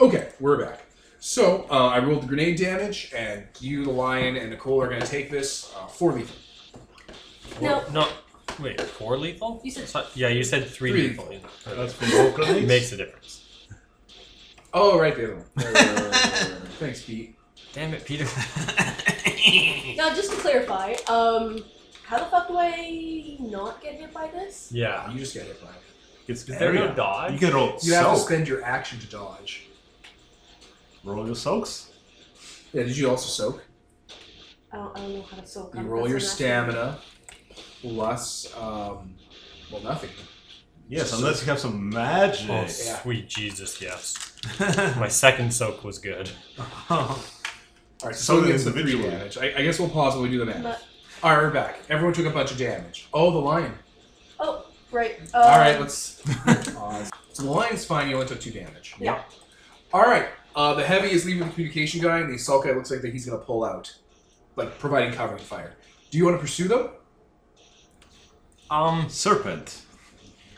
Okay, we're back. So uh, I rolled the grenade damage, and you, the lion, and Nicole are going to take this uh, for lethal.
No.
No. Wait, four lethal?
You said-
So- yeah, you said three,
Three.
lethal.
That's from both
It
grenades?
makes a difference.
Oh, right there. Right, right, right, right, right. Thanks, Pete.
Damn it, Peter.
Now, just to clarify, um, how the fuck do I not get hit by this?
yeah.
Uh, You just get hit by it.
It's
Is there no
area.
dodge?
You can roll
You have to
soak.
spend your action to dodge.
Roll your soaks.
Yeah, did you also soak?
I don't, I don't know how to soak.
You
up.
roll
That's
your
an action.
stamina plus, um, well, nothing.
Yes, unless you have some magic.
Oh,
Yeah.
sweet Jesus, yes. My second soak was good.
All right,
So
so, so gets the three
individually.
damage. I, I guess we'll pause while we do the math.
But-
All right, we're back. Everyone took a bunch of damage. Oh, the lion.
oh, right. Um,
All right, let's. pause. so the lion's fine. You only took two damage.
Yeah.
All right. Uh, the heavy is leaving the communication guy, and the assault guy looks like that he's gonna pull out, like providing covering fire. Do you want to pursue them?
Um,
Serpent.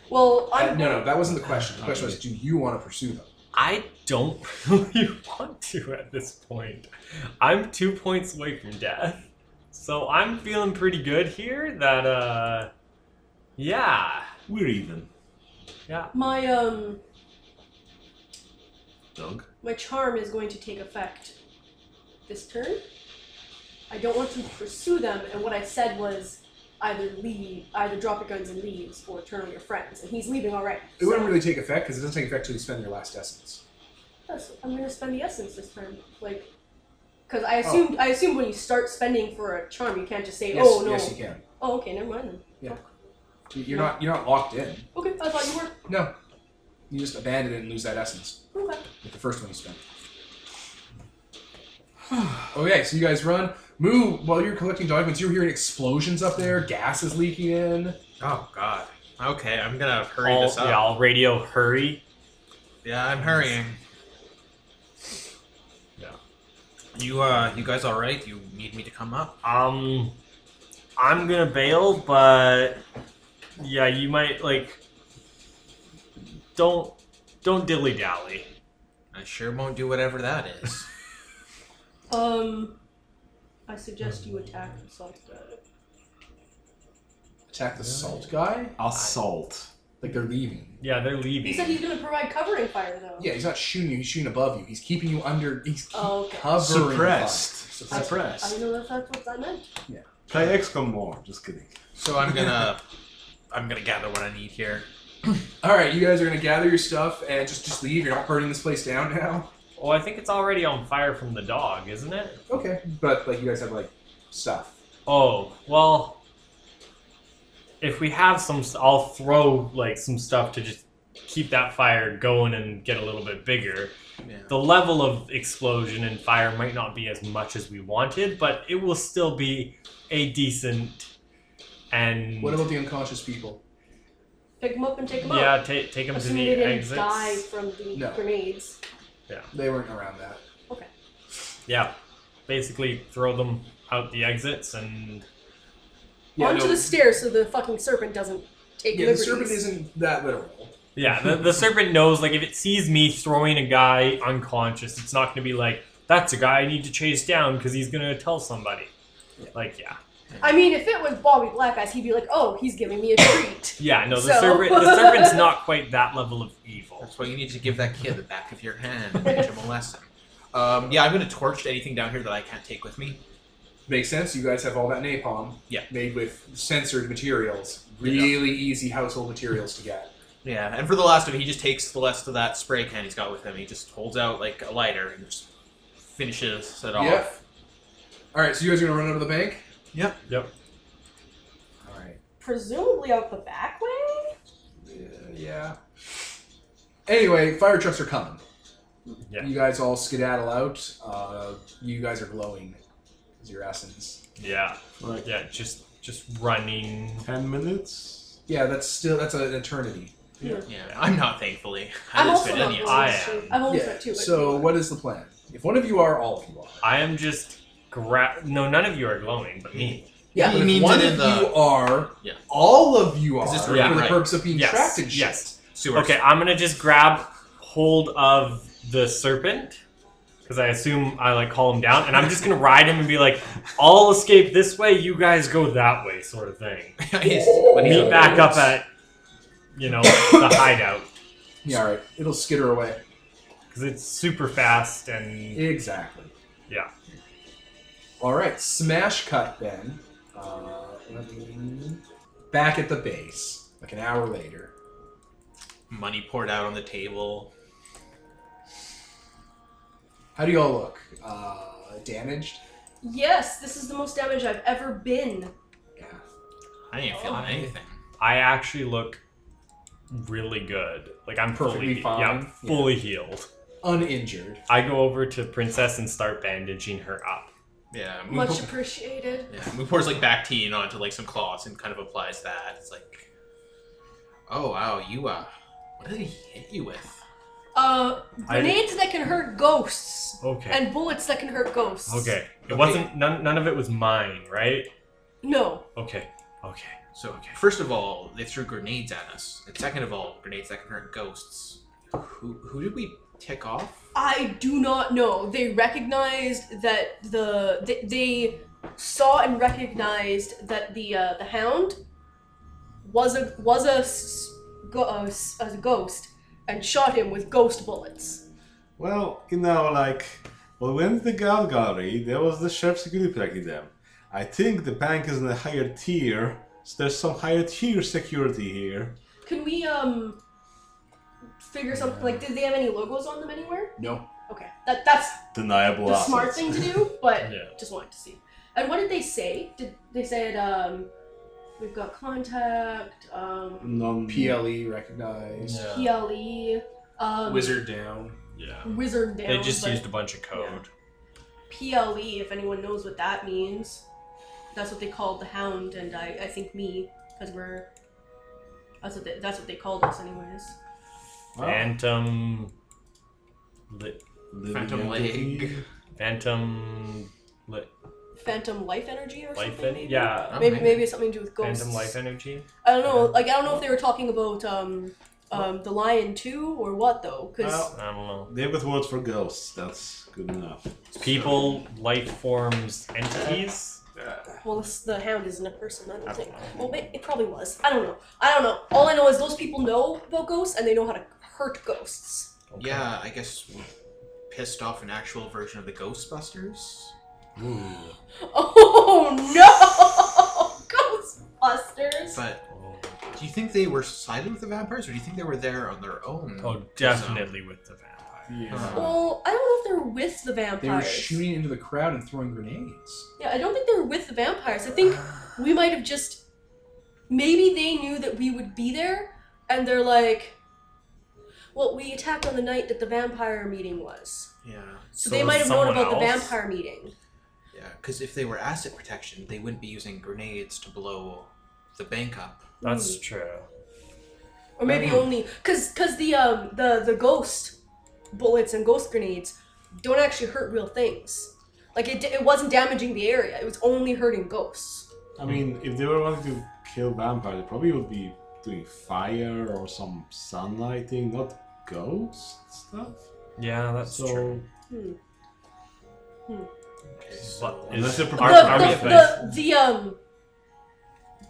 Well,
Uh,
I'm.
no, no, that wasn't the question. The question was, do you want to pursue them?
I don't really want to at this point. I'm two points away from death. So I'm feeling pretty good here that, uh, yeah.
We're even.
Yeah.
My um,
Dog.
my charm is going to take effect this turn. I don't want to pursue them, and what I said was either leave, either drop your guns and leaves, or turn on your friends. And he's leaving already.
It
so-
wouldn't really take effect because it doesn't take effect till you spend your last essence.
Yes, I'm gonna spend the essence this time, like, because
Oh.
I assumed I assumed when you start spending for a charm, you can't just say,
Yes,
oh no,
yes, you can.
oh okay, never mind then.
You- You're not you're not locked in.
Okay, I thought you
No, you just abandon it and lose that essence.
were. Okay,
with the first one you spent. okay, so you guys run, move while you're collecting documents. You're hearing explosions up there, gas is leaking in.
Oh God. Okay, I'm gonna hurry
I'll-
this up.
yeah, I'll radio hurry.
Yeah, I'm hurrying.
Yeah.
You uh, you guys all right? You need me to come up?
Um, I'm gonna bail, but yeah, you might like. Don't don't dilly dally.
I sure won't do whatever that is.
um, I suggest you attack and salt the
Attack the salt guy?
Assault.
Like they're leaving.
Yeah, they're
He
leaving.
said he's gonna provide covering fire though.
Yeah, he's not shooting you, he's shooting above you. He's keeping you under. He's keep-
Oh, okay.
covering.
Suppressed.
fire. Suppressed.
I, I
Suppressed.
didn't know if that's what that meant.
Play XCOM more. Just kidding.
So I'm gonna, I'm gonna gather what I need here.
All right, you guys are gonna gather your stuff and just just leave. You're not burning this place down now.
oh, I think it's already on fire from the dog, isn't it?
Okay, but like you guys have like stuff.
Oh well. If we have some, s- I'll throw like some stuff to just keep that fire going and get a little bit bigger.
Yeah.
The level of explosion and fire might not be as much as we wanted, but it will still be a decent and
What about the unconscious people?
Pick him up and take him out.
yeah, take take them to
Assuming
the
they didn't
exits.
die from the
No.
grenades.
They weren't around that.
Yeah, basically throw them out the exits and
Onto
no,
the stairs so the fucking serpent doesn't take
yeah, the
liberties.
serpent isn't that literal.
yeah. The, the serpent knows like if it sees me throwing a guy unconscious, it's not gonna be like that's a guy I need to chase down because he's gonna tell somebody. Like yeah,
I mean, if it was Bobby Black Eyes, he'd be like, oh, he's giving me a treat.
yeah. No, the
So-
serpent the serpent's not quite that level of evil.
That's why you need to give that kid the back of your hand and teach him a lesson. Um, yeah, I'm gonna torch anything down here that I can't take with me.
Makes sense. You guys have all that napalm.
Yeah.
Made with censored materials. Really easy household materials to get.
Yeah, and for the last of it, he just takes the last of that spray can he's got with him. He just holds out like a lighter and just finishes it off.
Yeah. All right, so you guys are gonna run out of the bank.
Yep.
All right.
Presumably out the back way?
Yeah. uh, yeah. Anyway, fire trucks are coming.
Yeah.
You guys all skedaddle out. Uh, you guys are glowing because your essence.
Yeah.
Like
Yeah. Just just running.
10 minutes?
Yeah, that's still that's an eternity.
Yeah, I'm not thankfully. I
I'm
didn't
also
spend
not
any
going
I
to
am.
shoot. I've only
yeah.
got two. but-
so what is the plan? If one of you are, all of you are.
I am just gra- No, none of you are glowing, but me.
He
but if
means
one
it in
of
the-
you are,
Yeah.
all of you are,
'Cause it's
for
yeah,
the
right.
purpose of being
Yes,
trapped and shit.
yes.
Sewers.
Okay, I'm gonna just grab hold of the serpent because I assume I like call him down, and I'm just gonna ride him and be like, "I'll escape this way, you guys go that way," sort of thing.
He's- when he's
Meet
on
back
the
up
roads.
at you know the hideout
Yeah, all right. It'll skitter away.
because it's super fast and
Exactly.
Yeah.
All right, smash cut then. Uh, back at the base, like an hour later.
money poured out on the table.
How do y'all look? Uh, damaged?
Yes, this is the most damage I've ever been.
Yeah.
I ain't feeling
Oh.
anything.
I actually look really good. Like I'm
Perfectly
fully
fine.
yeah, I'm fully healed.
Uninjured.
I go over to Princess and start bandaging her up.
Yeah, Mu-
Much appreciated.
yeah. Mu pours like back tea onto like some cloths and kind of applies that. It's like, oh wow, you uh, what did he hit you with?
Uh,
I-
grenades that can hurt ghosts
Okay.
and bullets that can hurt ghosts.
Okay. It
Okay.
wasn't none, none of it was mine, right?
No.
Okay. Okay.
So first of all, they threw grenades at us, and second of all, grenades that can hurt ghosts. Who who did we tick off?
I do not know. They recognized that the they, they saw and recognized that the uh, the hound was a was a, s- go, a, s- a ghost and shot him with ghost bullets.
Well, you know, like, well, when the guard gallery, there was the chef security tracking them. I think the bank is in a higher tier, so there's some higher tier security here.
Can we um figure something like did they have any logos on them anywhere?
No.
Okay. That that's
Deniable
the
assets.
smart thing to do, but
Yeah.
just wanted to see. And what did they say? Did they said um we've got contact um
Mm.
Non-
PLE E recognized.
PLE um
Wizard down.
Yeah.
wizard down.
They just
but
used a bunch of code.
PLE if anyone knows what that means. That's what they called the hound and I, I think me because we're that's what they, that's what they called us anyways.
Wow.
Phantom li-
Living
Phantom
entity.
leg.
Phantom li-
Phantom life energy or
life
something
en-
maybe.
yeah.
Maybe
Okay.
maybe it's something to do with ghosts.
Phantom life energy.
I don't know. Like I don't know if they were talking about um, um, the Lion Two or what though, because
Well,
I don't know.
They've got words for ghosts, that's good enough.
People, life forms, entities.
well, this, the Hound isn't a person. I
I
don't
don't
think.
know.
Well, it, it probably was. I don't know. I don't know. All I know is those people know about ghosts and they know how to hurt ghosts.
Okay.
Yeah, I guess we pissed off an actual version of the Ghostbusters.
Oh no! Ghostbusters.
But
Oh,
do you think they were siding with the vampires, or do you think they were there on their own?
oh, definitely with the vampire.
Yeah.
Well, I don't know if they're with the
They were
vampires.
shooting into the crowd and throwing grenades.
Yeah, I don't think they were with the vampires. I think we might have just. Maybe they knew that we would be there, and they're like, well, we attacked on the night that the vampire meeting was.
Yeah,
So,
So
they
was
might have known
someone
about the
else?
vampire meeting.
yeah. Because if they were asset protection, they wouldn't be using grenades to blow the bank up.
That's true.
Or maybe
Mhm.
only because because the um the the ghost bullets and ghost grenades don't actually hurt real things. Like it, it wasn't damaging the area. It was only hurting ghosts.
I mean, if they were wanting to kill vampires, they probably would be doing fire or some sunlight thing, not ghost stuff.
Yeah, that's
so,
true.
Hmm.
Okay,
But
so
Unless
is,
they're
are,
The,
prepared
are
for
we
the,
everything.
affected?
the, the um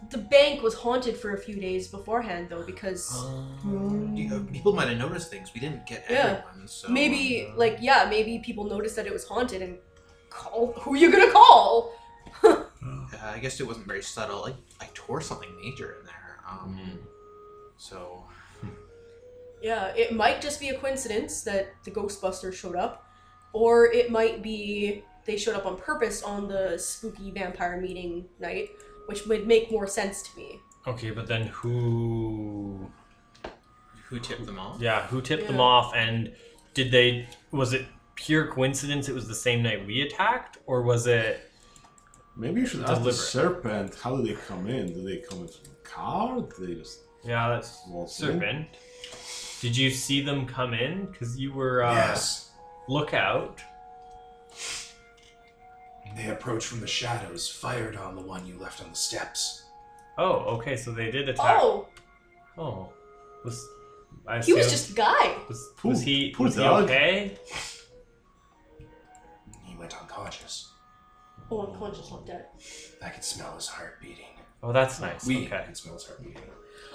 the bank was haunted for a few days beforehand though
Oh,
because
do you- uh, people might have noticed things. We didn't get
Yeah.
everyone, so um,
maybe
uh,
like yeah maybe people noticed that it was haunted and called who you gonna call
uh, I guess it wasn't very subtle. I, I tore something major in there. Um,
Mm.
so
yeah it might just be a coincidence that the ghostbusters showed up or it might be they showed up on purpose on the spooky vampire meeting night which would make more sense to me
Okay, but then who?
who tipped them off?
Yeah, who tipped them
Yeah.
off, and did they? Was it pure coincidence? It was the same night we attacked, or was it?
Maybe you should ask the
Deliberate.
serpent. How do they come in? Do they come in from a car? Do they just
Yeah, that's
Well,
serpent. Did you see them come in? Because you were uh,
yes.
lookout.
They approached from the shadows, fired on the one you left on the steps.
Oh, okay, so they did attack.
Oh,
Oh. Was I
he was
assume-
just a guy.
was,
Poor-
was he
poor
was he
dog.
okay?
He went unconscious.
Oh, unconscious, not dead.
I could smell his heart beating.
Oh, that's nice.
We
Okay.
could smell his heart beating.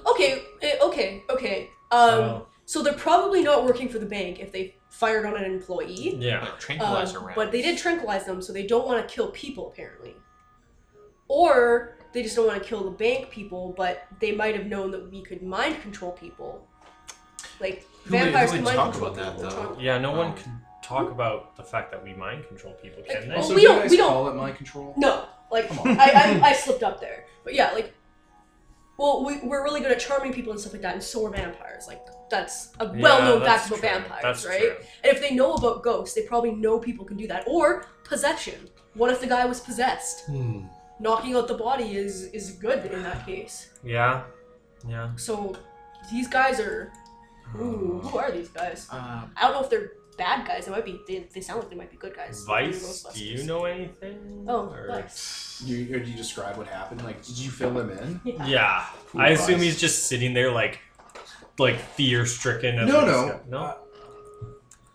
Okay, eh, okay, okay. Um,
So,
so they're probably not working for the bank if they fired on an employee.
yeah.
Like tranquilizer
Um,
round.
but they did tranquilize them, so they don't want to kill people apparently. Or they just don't want to kill the bank people, but they might have known that we could mind control people. Like
Who would-
vampires
who
can mind
would talk
control
about
people.
that, though?
Tron-
Yeah, no one
Um,
can talk about the fact that we mind control people,
Hmm. Like,
can they?
Well,
Also,
we
do
don't-
you guys
we don't-
call it mind control?
No, like
Come on.
I, I, I slipped up there. But yeah, like, well, we, we're really good at charming people and stuff like that, and so are vampires. Like, that's a
Yeah,
well-known
that's
fact about
true.
vampires,
That's
right?
true.
And if they know about ghosts, they probably know people can do that. Or possession. What if the guy was possessed?
Hmm.
Knocking out the body is is good in that case.
Yeah. Yeah.
So these guys are. Ooh, who are these guys?
Um,
I don't know if they're bad guys. They might be. They, they sound like they might be good guys.
Vice,
They're
do you
Ghostbusters.
know anything?
Oh,
Or-
Vice.
You, or do you describe what happened? Like, did you fill him in?
Yeah.
Yeah.
Who
I assume
Vice?
he's just sitting there like like fear stricken
No, no.
No?
Uh,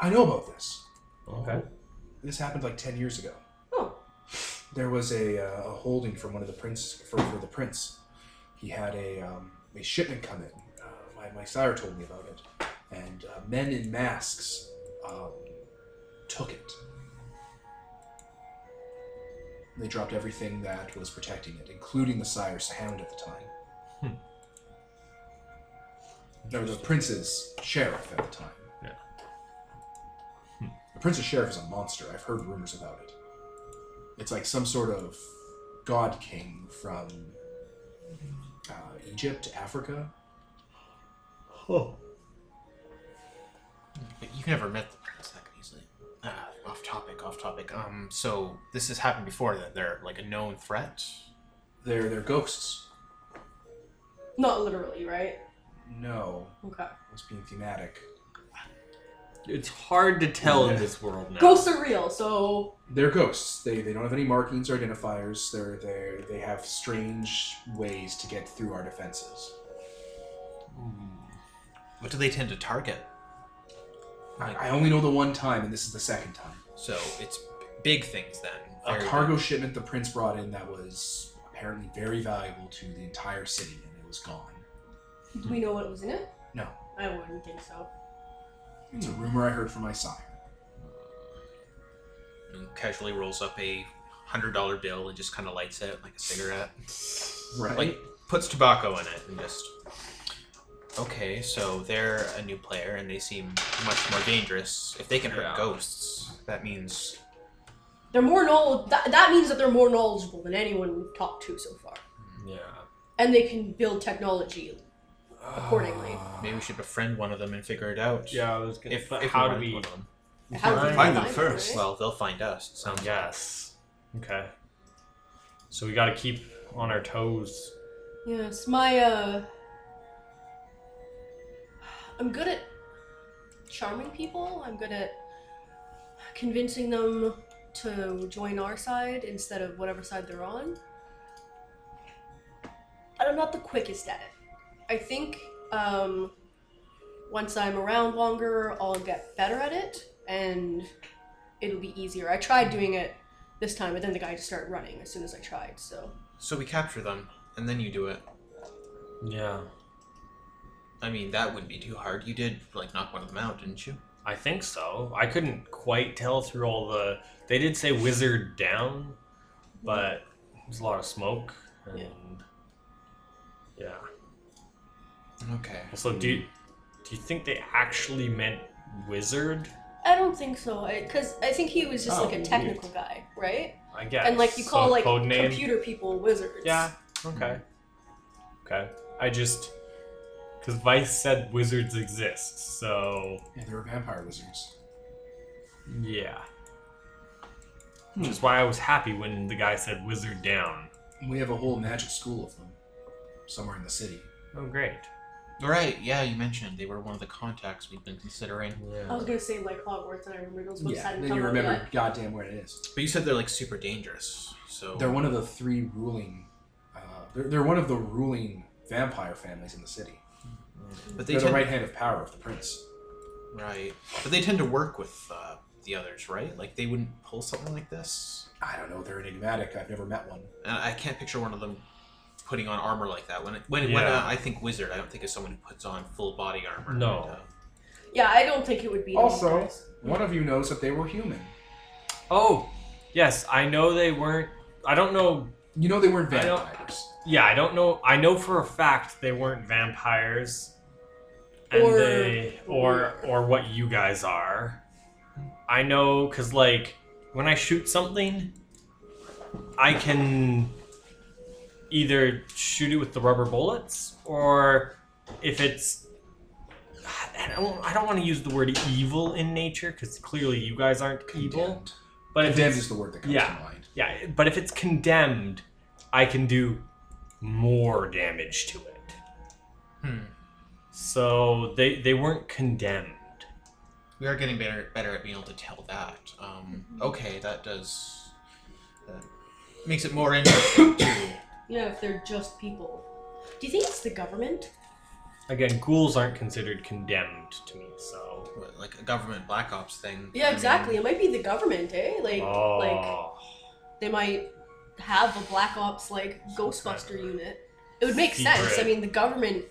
I know about this.
Okay.
This happened like ten years ago.
Oh.
There was a, uh, a holding from one of the princes for, for the prince. He had a um, a shipment come in. Uh, my my sire told me about it, and uh, men in masks um, took it. They dropped everything that was protecting it, including the sire's hound at the time. No, the prince's sheriff at the time.
Yeah.
The prince's sheriff is a monster. I've heard rumors about it. It's like some sort of god king from uh, Egypt, Africa.
Oh.
but you've never met the prince that easily. Ah, off topic, off topic. Um, so this has happened before. That they're like a known threat.
They're they're ghosts.
Not literally, right?
No,
Okay.
it's being thematic.
It's hard to tell
Yeah.
in this world now.
Ghosts are real, so
They're ghosts. They, they don't have any markings or identifiers. They're they they have strange ways to get through our defenses.
What do they tend to target?
I, I only know the one time, and this is the second time.
So it's big things then.
a
Very
cargo shipment the prince brought in that was apparently very valuable to the entire city and it was gone
do we know what was in it?
no
I wouldn't think so.
it's a rumor i heard from my sire
big. And casually rolls up a hundred dollar bill and just kind of lights it like a cigarette.
right
Like puts tobacco in it and just. Okay, so they're a new player and they seem much more dangerous. If they can hurt
Yeah.
ghosts, that means
They're more knowledge. That, that means that they're more knowledgeable than anyone we've talked to so far,
Yeah.
and they can build technology. accordingly.
maybe we should befriend one of them and figure it out.
Yeah, I was gonna
If,
but
if
how do
we run into
we
one of them.
How
Find
do we
them
right?
first.
Well, they'll find us. It sounds
Yes. Okay. So we gotta keep on our toes.
Yes, my uh, I'm good at charming people. I'm good at convincing them to join our side instead of whatever side they're on. And I'm not the quickest at it. I think um, once I'm around longer, I'll get better at it, and it'll be easier. I tried doing it this time, but then the guy just started running as soon as I tried. So
So we capture them, and then you do it.
Yeah.
I mean, that wouldn't be too hard. You did like knock one of them out, didn't you?
I think so. I couldn't quite tell through all the. They did say wizard down, but there's a lot of smoke and yeah.
Okay.
So do you, do you think they actually meant wizard?
I don't think so, because I, think he was just
Oh,
like a
weird.
technical guy, right?
I guess.
and like you
So
call like
code name.
computer people wizards.
Yeah. Okay. Okay. I just because Vice said wizards exist, so
yeah they were vampire wizards
yeah. Which is why I was happy when the guy said wizard down.
we have a whole magic school of them somewhere in the city
Oh, great.
Right, yeah, you mentioned they were one of the contacts we've been considering.
I
Oh.
was gonna say like Hogwarts, and I remembered those books
Yeah,
hadn't
then
come
you
out
remember
yet.
goddamn where it is.
But you said they're like super dangerous, so
They're one of the three ruling. Uh, they're, they're one of the ruling vampire families in the city.
but
They
they
are
tend,
the
right.
right hand of power of the prince.
but they tend to work with uh, the others, right? Like they wouldn't pull something like this.
I don't know. They're enigmatic. I've never met one.
And I can't picture one of them putting on armor like that. When it, when, when
Yeah.
uh, I think wizard, I don't think of someone who puts on full body armor.
No.
Uh,
Yeah, I don't think it would be.
Also-
dangerous.
One of you knows that they were human.
Oh, yes, I know they weren't. I don't know.
You know they weren't
I don't-
vampires.
Yeah, I don't know. I know for a fact they weren't vampires, and
Or-
they or or what you guys are. I know because like when I shoot something, I can either shoot it with the rubber bullets or if it's I don't, I don't want to use the word evil in nature because clearly you guys aren't evil.
Condemned.
But if
Condemned
it's
is the word that comes
Yeah.
to mind.
yeah, but if it's condemned, I can do more damage to it.
hmm.
So they they weren't condemned.
We are getting better better at being able to tell that. Um,
Mm-hmm.
okay, that does that makes it more interesting too.
Yeah, if they're just people. Do you think it's the government?
Again, ghouls aren't considered condemned to me. So
What, Like a government black ops thing. I
Yeah,
mean,
exactly. It might be the government, eh? Like, like
oh,
they might have a black ops like Ghostbuster unit. It would make sense. I
Secret.
mean, the government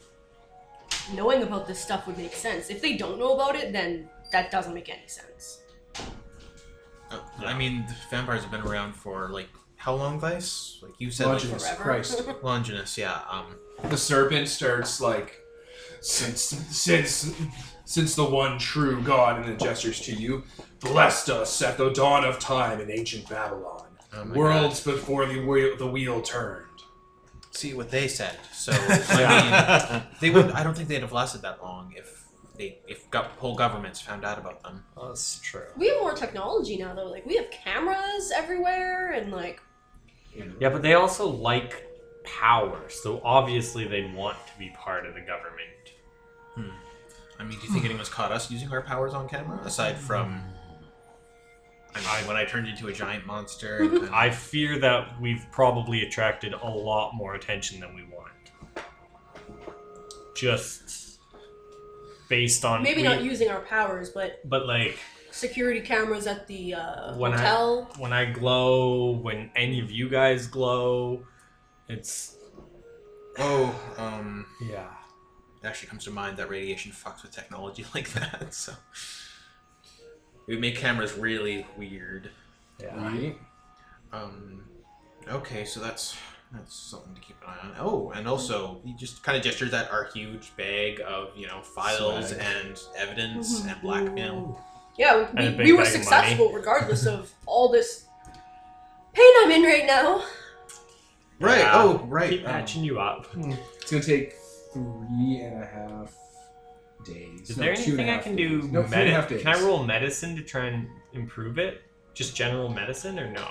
knowing about this stuff would make sense. If they don't know about it, then that doesn't make any sense.
uh, I mean, the vampires have been around for like how long, Vice? Like you said, like,
Longinus,
forever.
Christ.
Longinus. Yeah. Um,
The serpent starts like, since since since the one true God, and then gestures to you, blessed us at the dawn of time in ancient Babylon,
oh my
worlds before the wheel, the wheel turned.
God. See what they said. So I mean, they would. I don't think they'd have lasted that long if they if go- whole governments found out about them.
that's true.
We have more technology now, though. Like, we have cameras everywhere, and like,
You know?
Yeah, but they also like power, so obviously they want to be part of the government.
I mean, do you think anyone's caught us using our powers on camera aside from? I mean, when I turned into a giant monster. and kind of-
I fear that we've probably attracted a lot more attention than we want. Just based on
maybe
Um, we-
not using our powers, but
but like
security cameras at the uh,
When I-
hotel.
when I glow, when any of you guys glow, it's
Oh, um,
yeah.
it actually comes to mind that radiation fucks with technology like that. So it would make cameras really weird.
Yeah.
Right?
Um, okay, so that's that's something to keep an eye on. Oh, and also he just kind of gestures at our huge bag of you know files
Swag.
and evidence and blackmail.
Yeah,
And a
we,
big
we were
bag of money.
successful regardless of all this pain I'm in right now.
Right.
Yeah.
Oh, right.
Keep
um,
patching you up.
It's gonna take three and a half days.
Is
No,
there
two and a
anything I
half
can
days.
do?
No, three and a half
medi-
days.
can I roll medicine to try and improve it? Just general medicine or no?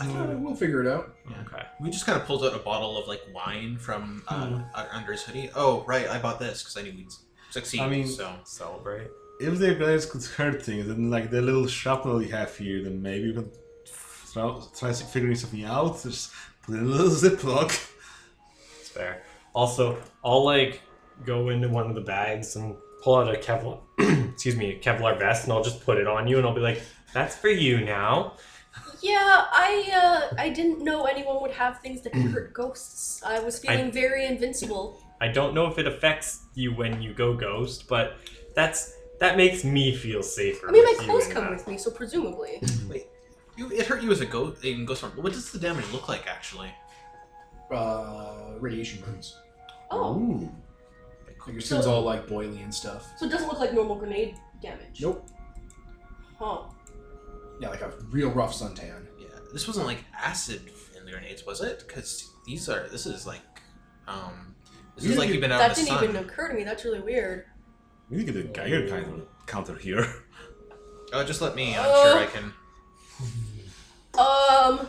Uh, we'll figure it out.
Yeah.
Okay.
We just kind of pulled out a bottle of like wine from uh,
Hmm.
out under his hoodie. Oh, right. I bought this because I knew we'd succeed.
I mean-
so
Celebrate.
If the players could hurt things, then like the little shrapnel you have here, then maybe you can try, try figuring something out. Just put in a little ziploc.
It's fair. Also, I'll like go into one of the bags and pull out a Kevlar excuse me, a Kevlar vest and I'll just put it on you and I'll be like, that's for you now.
Yeah, I uh, I didn't know anyone would have things that could hurt ghosts. I was feeling very invincible.
I don't know if it affects you when you go ghost, but that's that makes me feel safer.
I mean, my
with you
clothes
in
come
that.
with me, so presumably.
you, it hurt you as a ghost. In ghost form. What does the damage look like actually?
Uh, radiation burns.
Oh,
Like your skin's all like boily and stuff.
so it doesn't look like normal grenade damage.
Nope.
Huh.
Yeah, like a real rough suntan.
Yeah, this wasn't like acid in the grenades, was it? Because these are. This is like, um, this is
You
like
didn't-
you've been out
That
in the
didn't
sun.
even occur to me. That's really weird.
We need to get a Geiger counter, counter here.
Oh, just let me. I'm
Oh.
sure I can.
Um.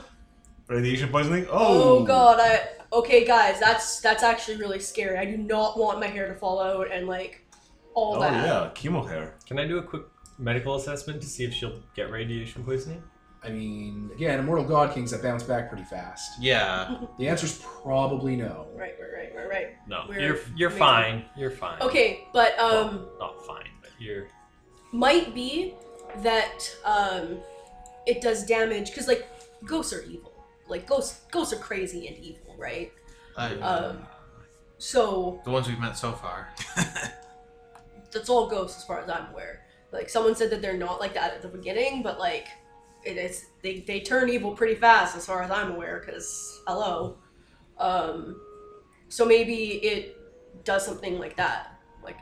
Radiation poisoning?
Oh,
Oh!
god. I. okay, guys, that's that's actually really scary. I do not want my hair to fall out and like all
Oh
that.
yeah, chemo hair.
Can I do a quick medical assessment to see if she'll get radiation poisoning?
I mean, again, immortal god kings that bounce back pretty fast.
Yeah.
The answer's probably no.
Right, right, right, right, right.
No,
We're
you're you're
amazing.
fine. You're fine.
Okay, but
Well,
um,
not fine, but you're
might be that um, it does damage because like ghosts are evil. Like ghosts, ghosts are crazy and evil, right?
I-
Um, so
the ones we've met so far.
that's all ghosts as far as I'm aware. Like someone said that they're not like that at the beginning, but like it is they, they turn evil pretty fast as far as I'm aware. Because hello, um, so maybe it does something like that, like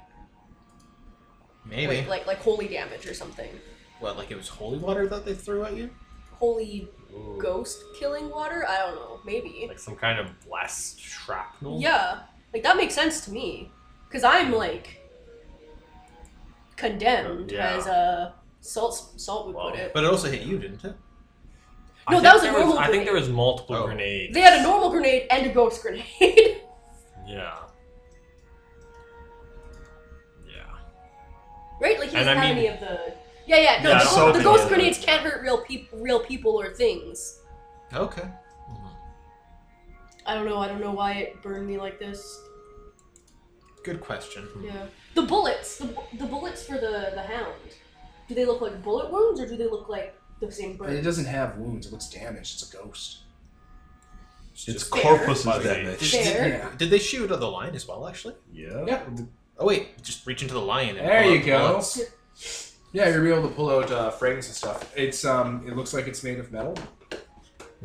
Maybe.
like like, like holy damage or something,
what, like it was holy water that they threw at you?
holy
ooh,
ghost killing water. I don't know, maybe.
like some kind of blast shrapnel.
Yeah, like that makes sense to me, because I'm like condemned
Yeah.
as a salt salt would
Wow.
put it.
But it also hit you, didn't it?
I
No,
think
that was a
there
normal
I think
grenade.
there was multiple
Oh.
grenades.
They had a normal grenade and a ghost grenade.
Yeah. Yeah.
right? Like he
And
doesn't
I
have
mean-
any of the. Yeah, yeah. No,
Yeah,
the, ghost-
so
the
many
ghost
of
grenades
them.
can't hurt real people, real people or things.
Okay.
I don't know. I don't know why it burned me like this.
Good question.
Yeah. The bullets. The, bu- the bullets for the the hound. Do they look like bullet wounds or do they look like the same
But it
burn?
doesn't have wounds. It looks damaged. It's a ghost.
Its
Just-
corpus is
Fuzzy.
Did,
damaged.
Fair.
did- did they shoot at the lion as well, actually?
Yeah.
Yeah.
Oh, wait. Just reach into the lion and.
There
pull
you
out
go.
bullets.
Yeah, you're gonna be able to pull out uh, fragments and stuff. It's um, it looks like it's made of metal.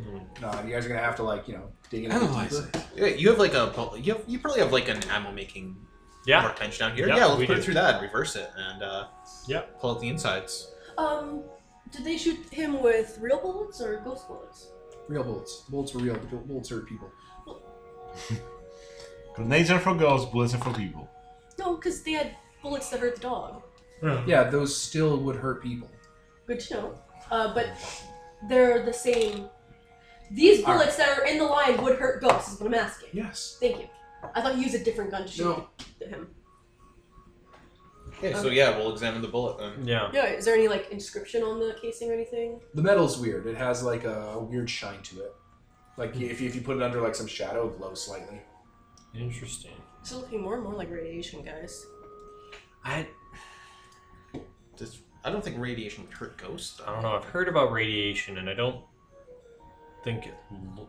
Hmm.
Nah, you guys are gonna have to like you know dig in a bit
Analyze
deeper.
Yeah, you have like a. bu- You, have, you probably have like an ammo making
Yeah.
workbench down here.
Yep,
yeah, let's
we
put
do.
it through that and reverse it and uh,
Yep.
pull out the insides.
Um, did they shoot him with real bullets or ghost bullets?
Real bullets. Bullets were real. The bull- Bullets are people.
Grenades are for girls, bullets are for people.
No, because they had bullets that hurt the dog.
Yeah, those still would hurt people.
Good to know. Uh, but they're the same. These
All right.
bullets that are in the line would hurt ghosts, is what I'm asking.
Yes.
Thank you. I thought you used a different gun to shoot
No.
him.
Okay, so yeah, we'll examine the bullet then.
Yeah.
Yeah, is there any like inscription on the casing or anything?
The metal's weird. It has like a weird shine to it. Like if you, if you put it under like some shadow, it glows slightly.
Interesting.
It's looking more and more like radiation, guys.
I
Does- I don't think radiation would hurt ghosts, though.
I don't know. I've heard about radiation, and I don't think it lo-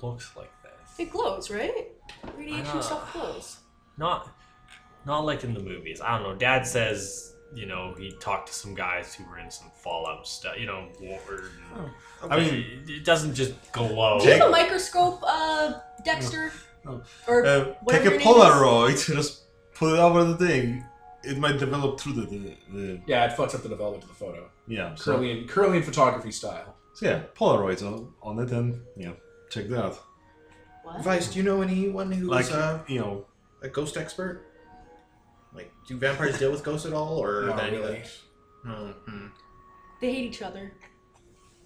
looks like that.
It glows, right? Radiation
Ah.
stuff glows.
Not, not like in the movies. I don't know. Dad says, you know, he talked to some guys who were in some Fallout stuff. You know, war.
Oh,
and-
I mean,
it, it doesn't just glow.
Do you
Take-
have a microscope, uh, Dexter?
No.
Or
Uh, take
whatever
a
your name is.
Polaroid, just put it over the thing. It might develop through the, the, the
Yeah, it fucks up the development of the photo.
yeah. So,
Curly and curly and photography style.
so yeah, Polaroids on, on it, and yeah, check that. out.
What?
Vice, do you know anyone who's
Like
uh,
you know,
a ghost expert? Like, do vampires deal with ghosts at all, or
Not
any of
really.
that- Oh, hmm.
They hate each other.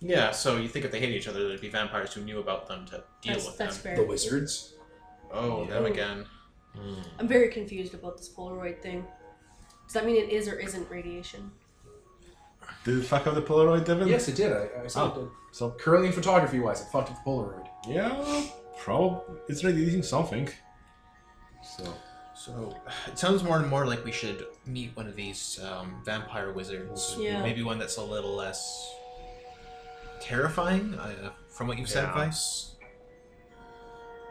Yeah, so you think if they hate each other, there'd be vampires who knew about them to deal
That's,
with
that's
them.
fair.
The wizards.
Oh,
Yeah.
them again.
Mm.
I'm very confused about this Polaroid thing. Does that mean it is or isn't radiation?
did it fuck up the Polaroid, Devin?
Yes, it did. I, I saw it did.
So
Curly and photography wise, it fucked up the Polaroid.
yeah, probably it's radiating something. So
So it sounds more and more like we should meet one of these um, vampire wizards.
Yeah.
Maybe one that's a little less terrifying, uh, from what you've said,
Yeah.
Vice.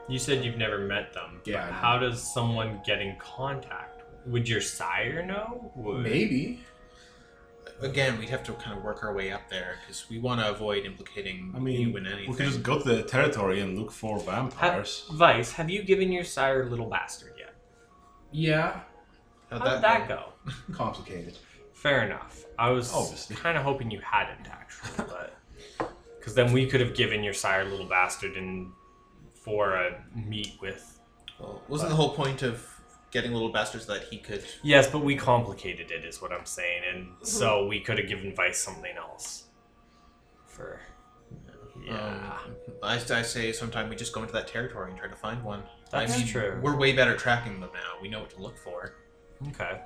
You said you've never met them. but
Yeah, I know.
How does someone get in contact? Would your sire know? Would...
Maybe.
Again, we'd have to kind of work our way up there because we want to avoid implicating
I mean,
you in anything.
we could just go to the territory and look for vampires.
Vice, have you given your sire little bastard yet?
Yeah.
How'd
How did that go?
Complicated.
Fair enough. I was
Obviously.
kind of hoping you hadn't actually, but because then we could have given your sire little bastard in for a meet with.
Well, wasn't the whole point of getting little bastards that he could?
Yes, but we complicated it, is what I'm
Mm-hmm.
saying, and so we could have given Vice something else. For Yeah.
Um, I, I say sometime we just go into that territory and try to find one.
That's
I mean,
true.
We're way better tracking them now. We know what to look for.
okay.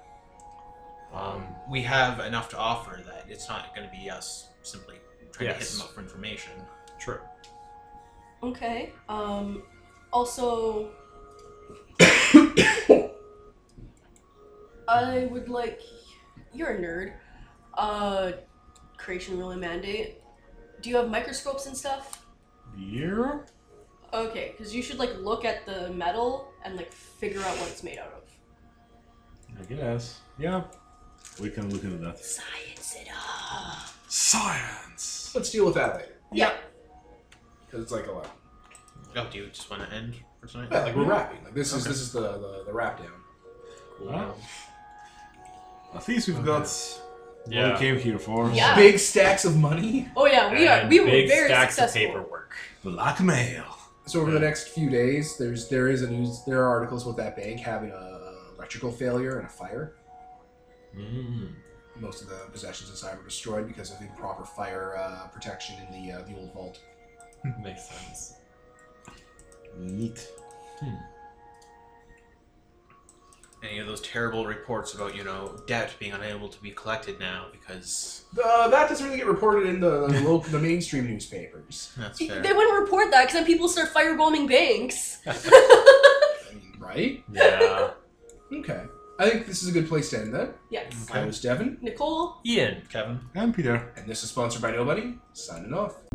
Um, we have enough to offer that it's not going to be us simply trying to hit
Yes.
them up for information.
True.
Okay. Um. Also, I would like. You're a nerd. Uh, creation really mandate. Do you have microscopes and stuff?
Yeah.
Okay, because you should like look at the metal and like figure out what it's made out of.
I guess. Yeah. We can look into that.
Science it up.
Science.
Let's deal with that later
Yeah.
because it's like a lot.
Oh, do you just want to end for tonight?
Yeah, like we're wrapping. Like this is
Okay.
this is the the, the wrap down.
Cool.
Huh? At least we've got what
Yeah.
we came here for.
Yeah.
Big stacks of money.
Oh yeah, we are.
And
We were
big
very
stacks
successful.
of paperwork.
Blackmail.
So over the next few days, there's there is a news. There are articles with that bank having a electrical failure and a fire.
Mm.
Most of the possessions inside were destroyed because of improper fire uh, protection in the uh, the old vault.
Makes sense.
Neat.
Any of those terrible reports about, you know, debt being unable to be collected now because
Uh, that doesn't really get reported in the the, local, the mainstream newspapers,
that's
They
fair.
wouldn't report that because then people start firebombing banks.
I mean, right?
Yeah.
Okay. I think this is a good place to end that.
Yes.
I was Devin,
Nicole,
Ian.
Kevin?
And Peter.
and this is sponsored by Nobody. Signing off.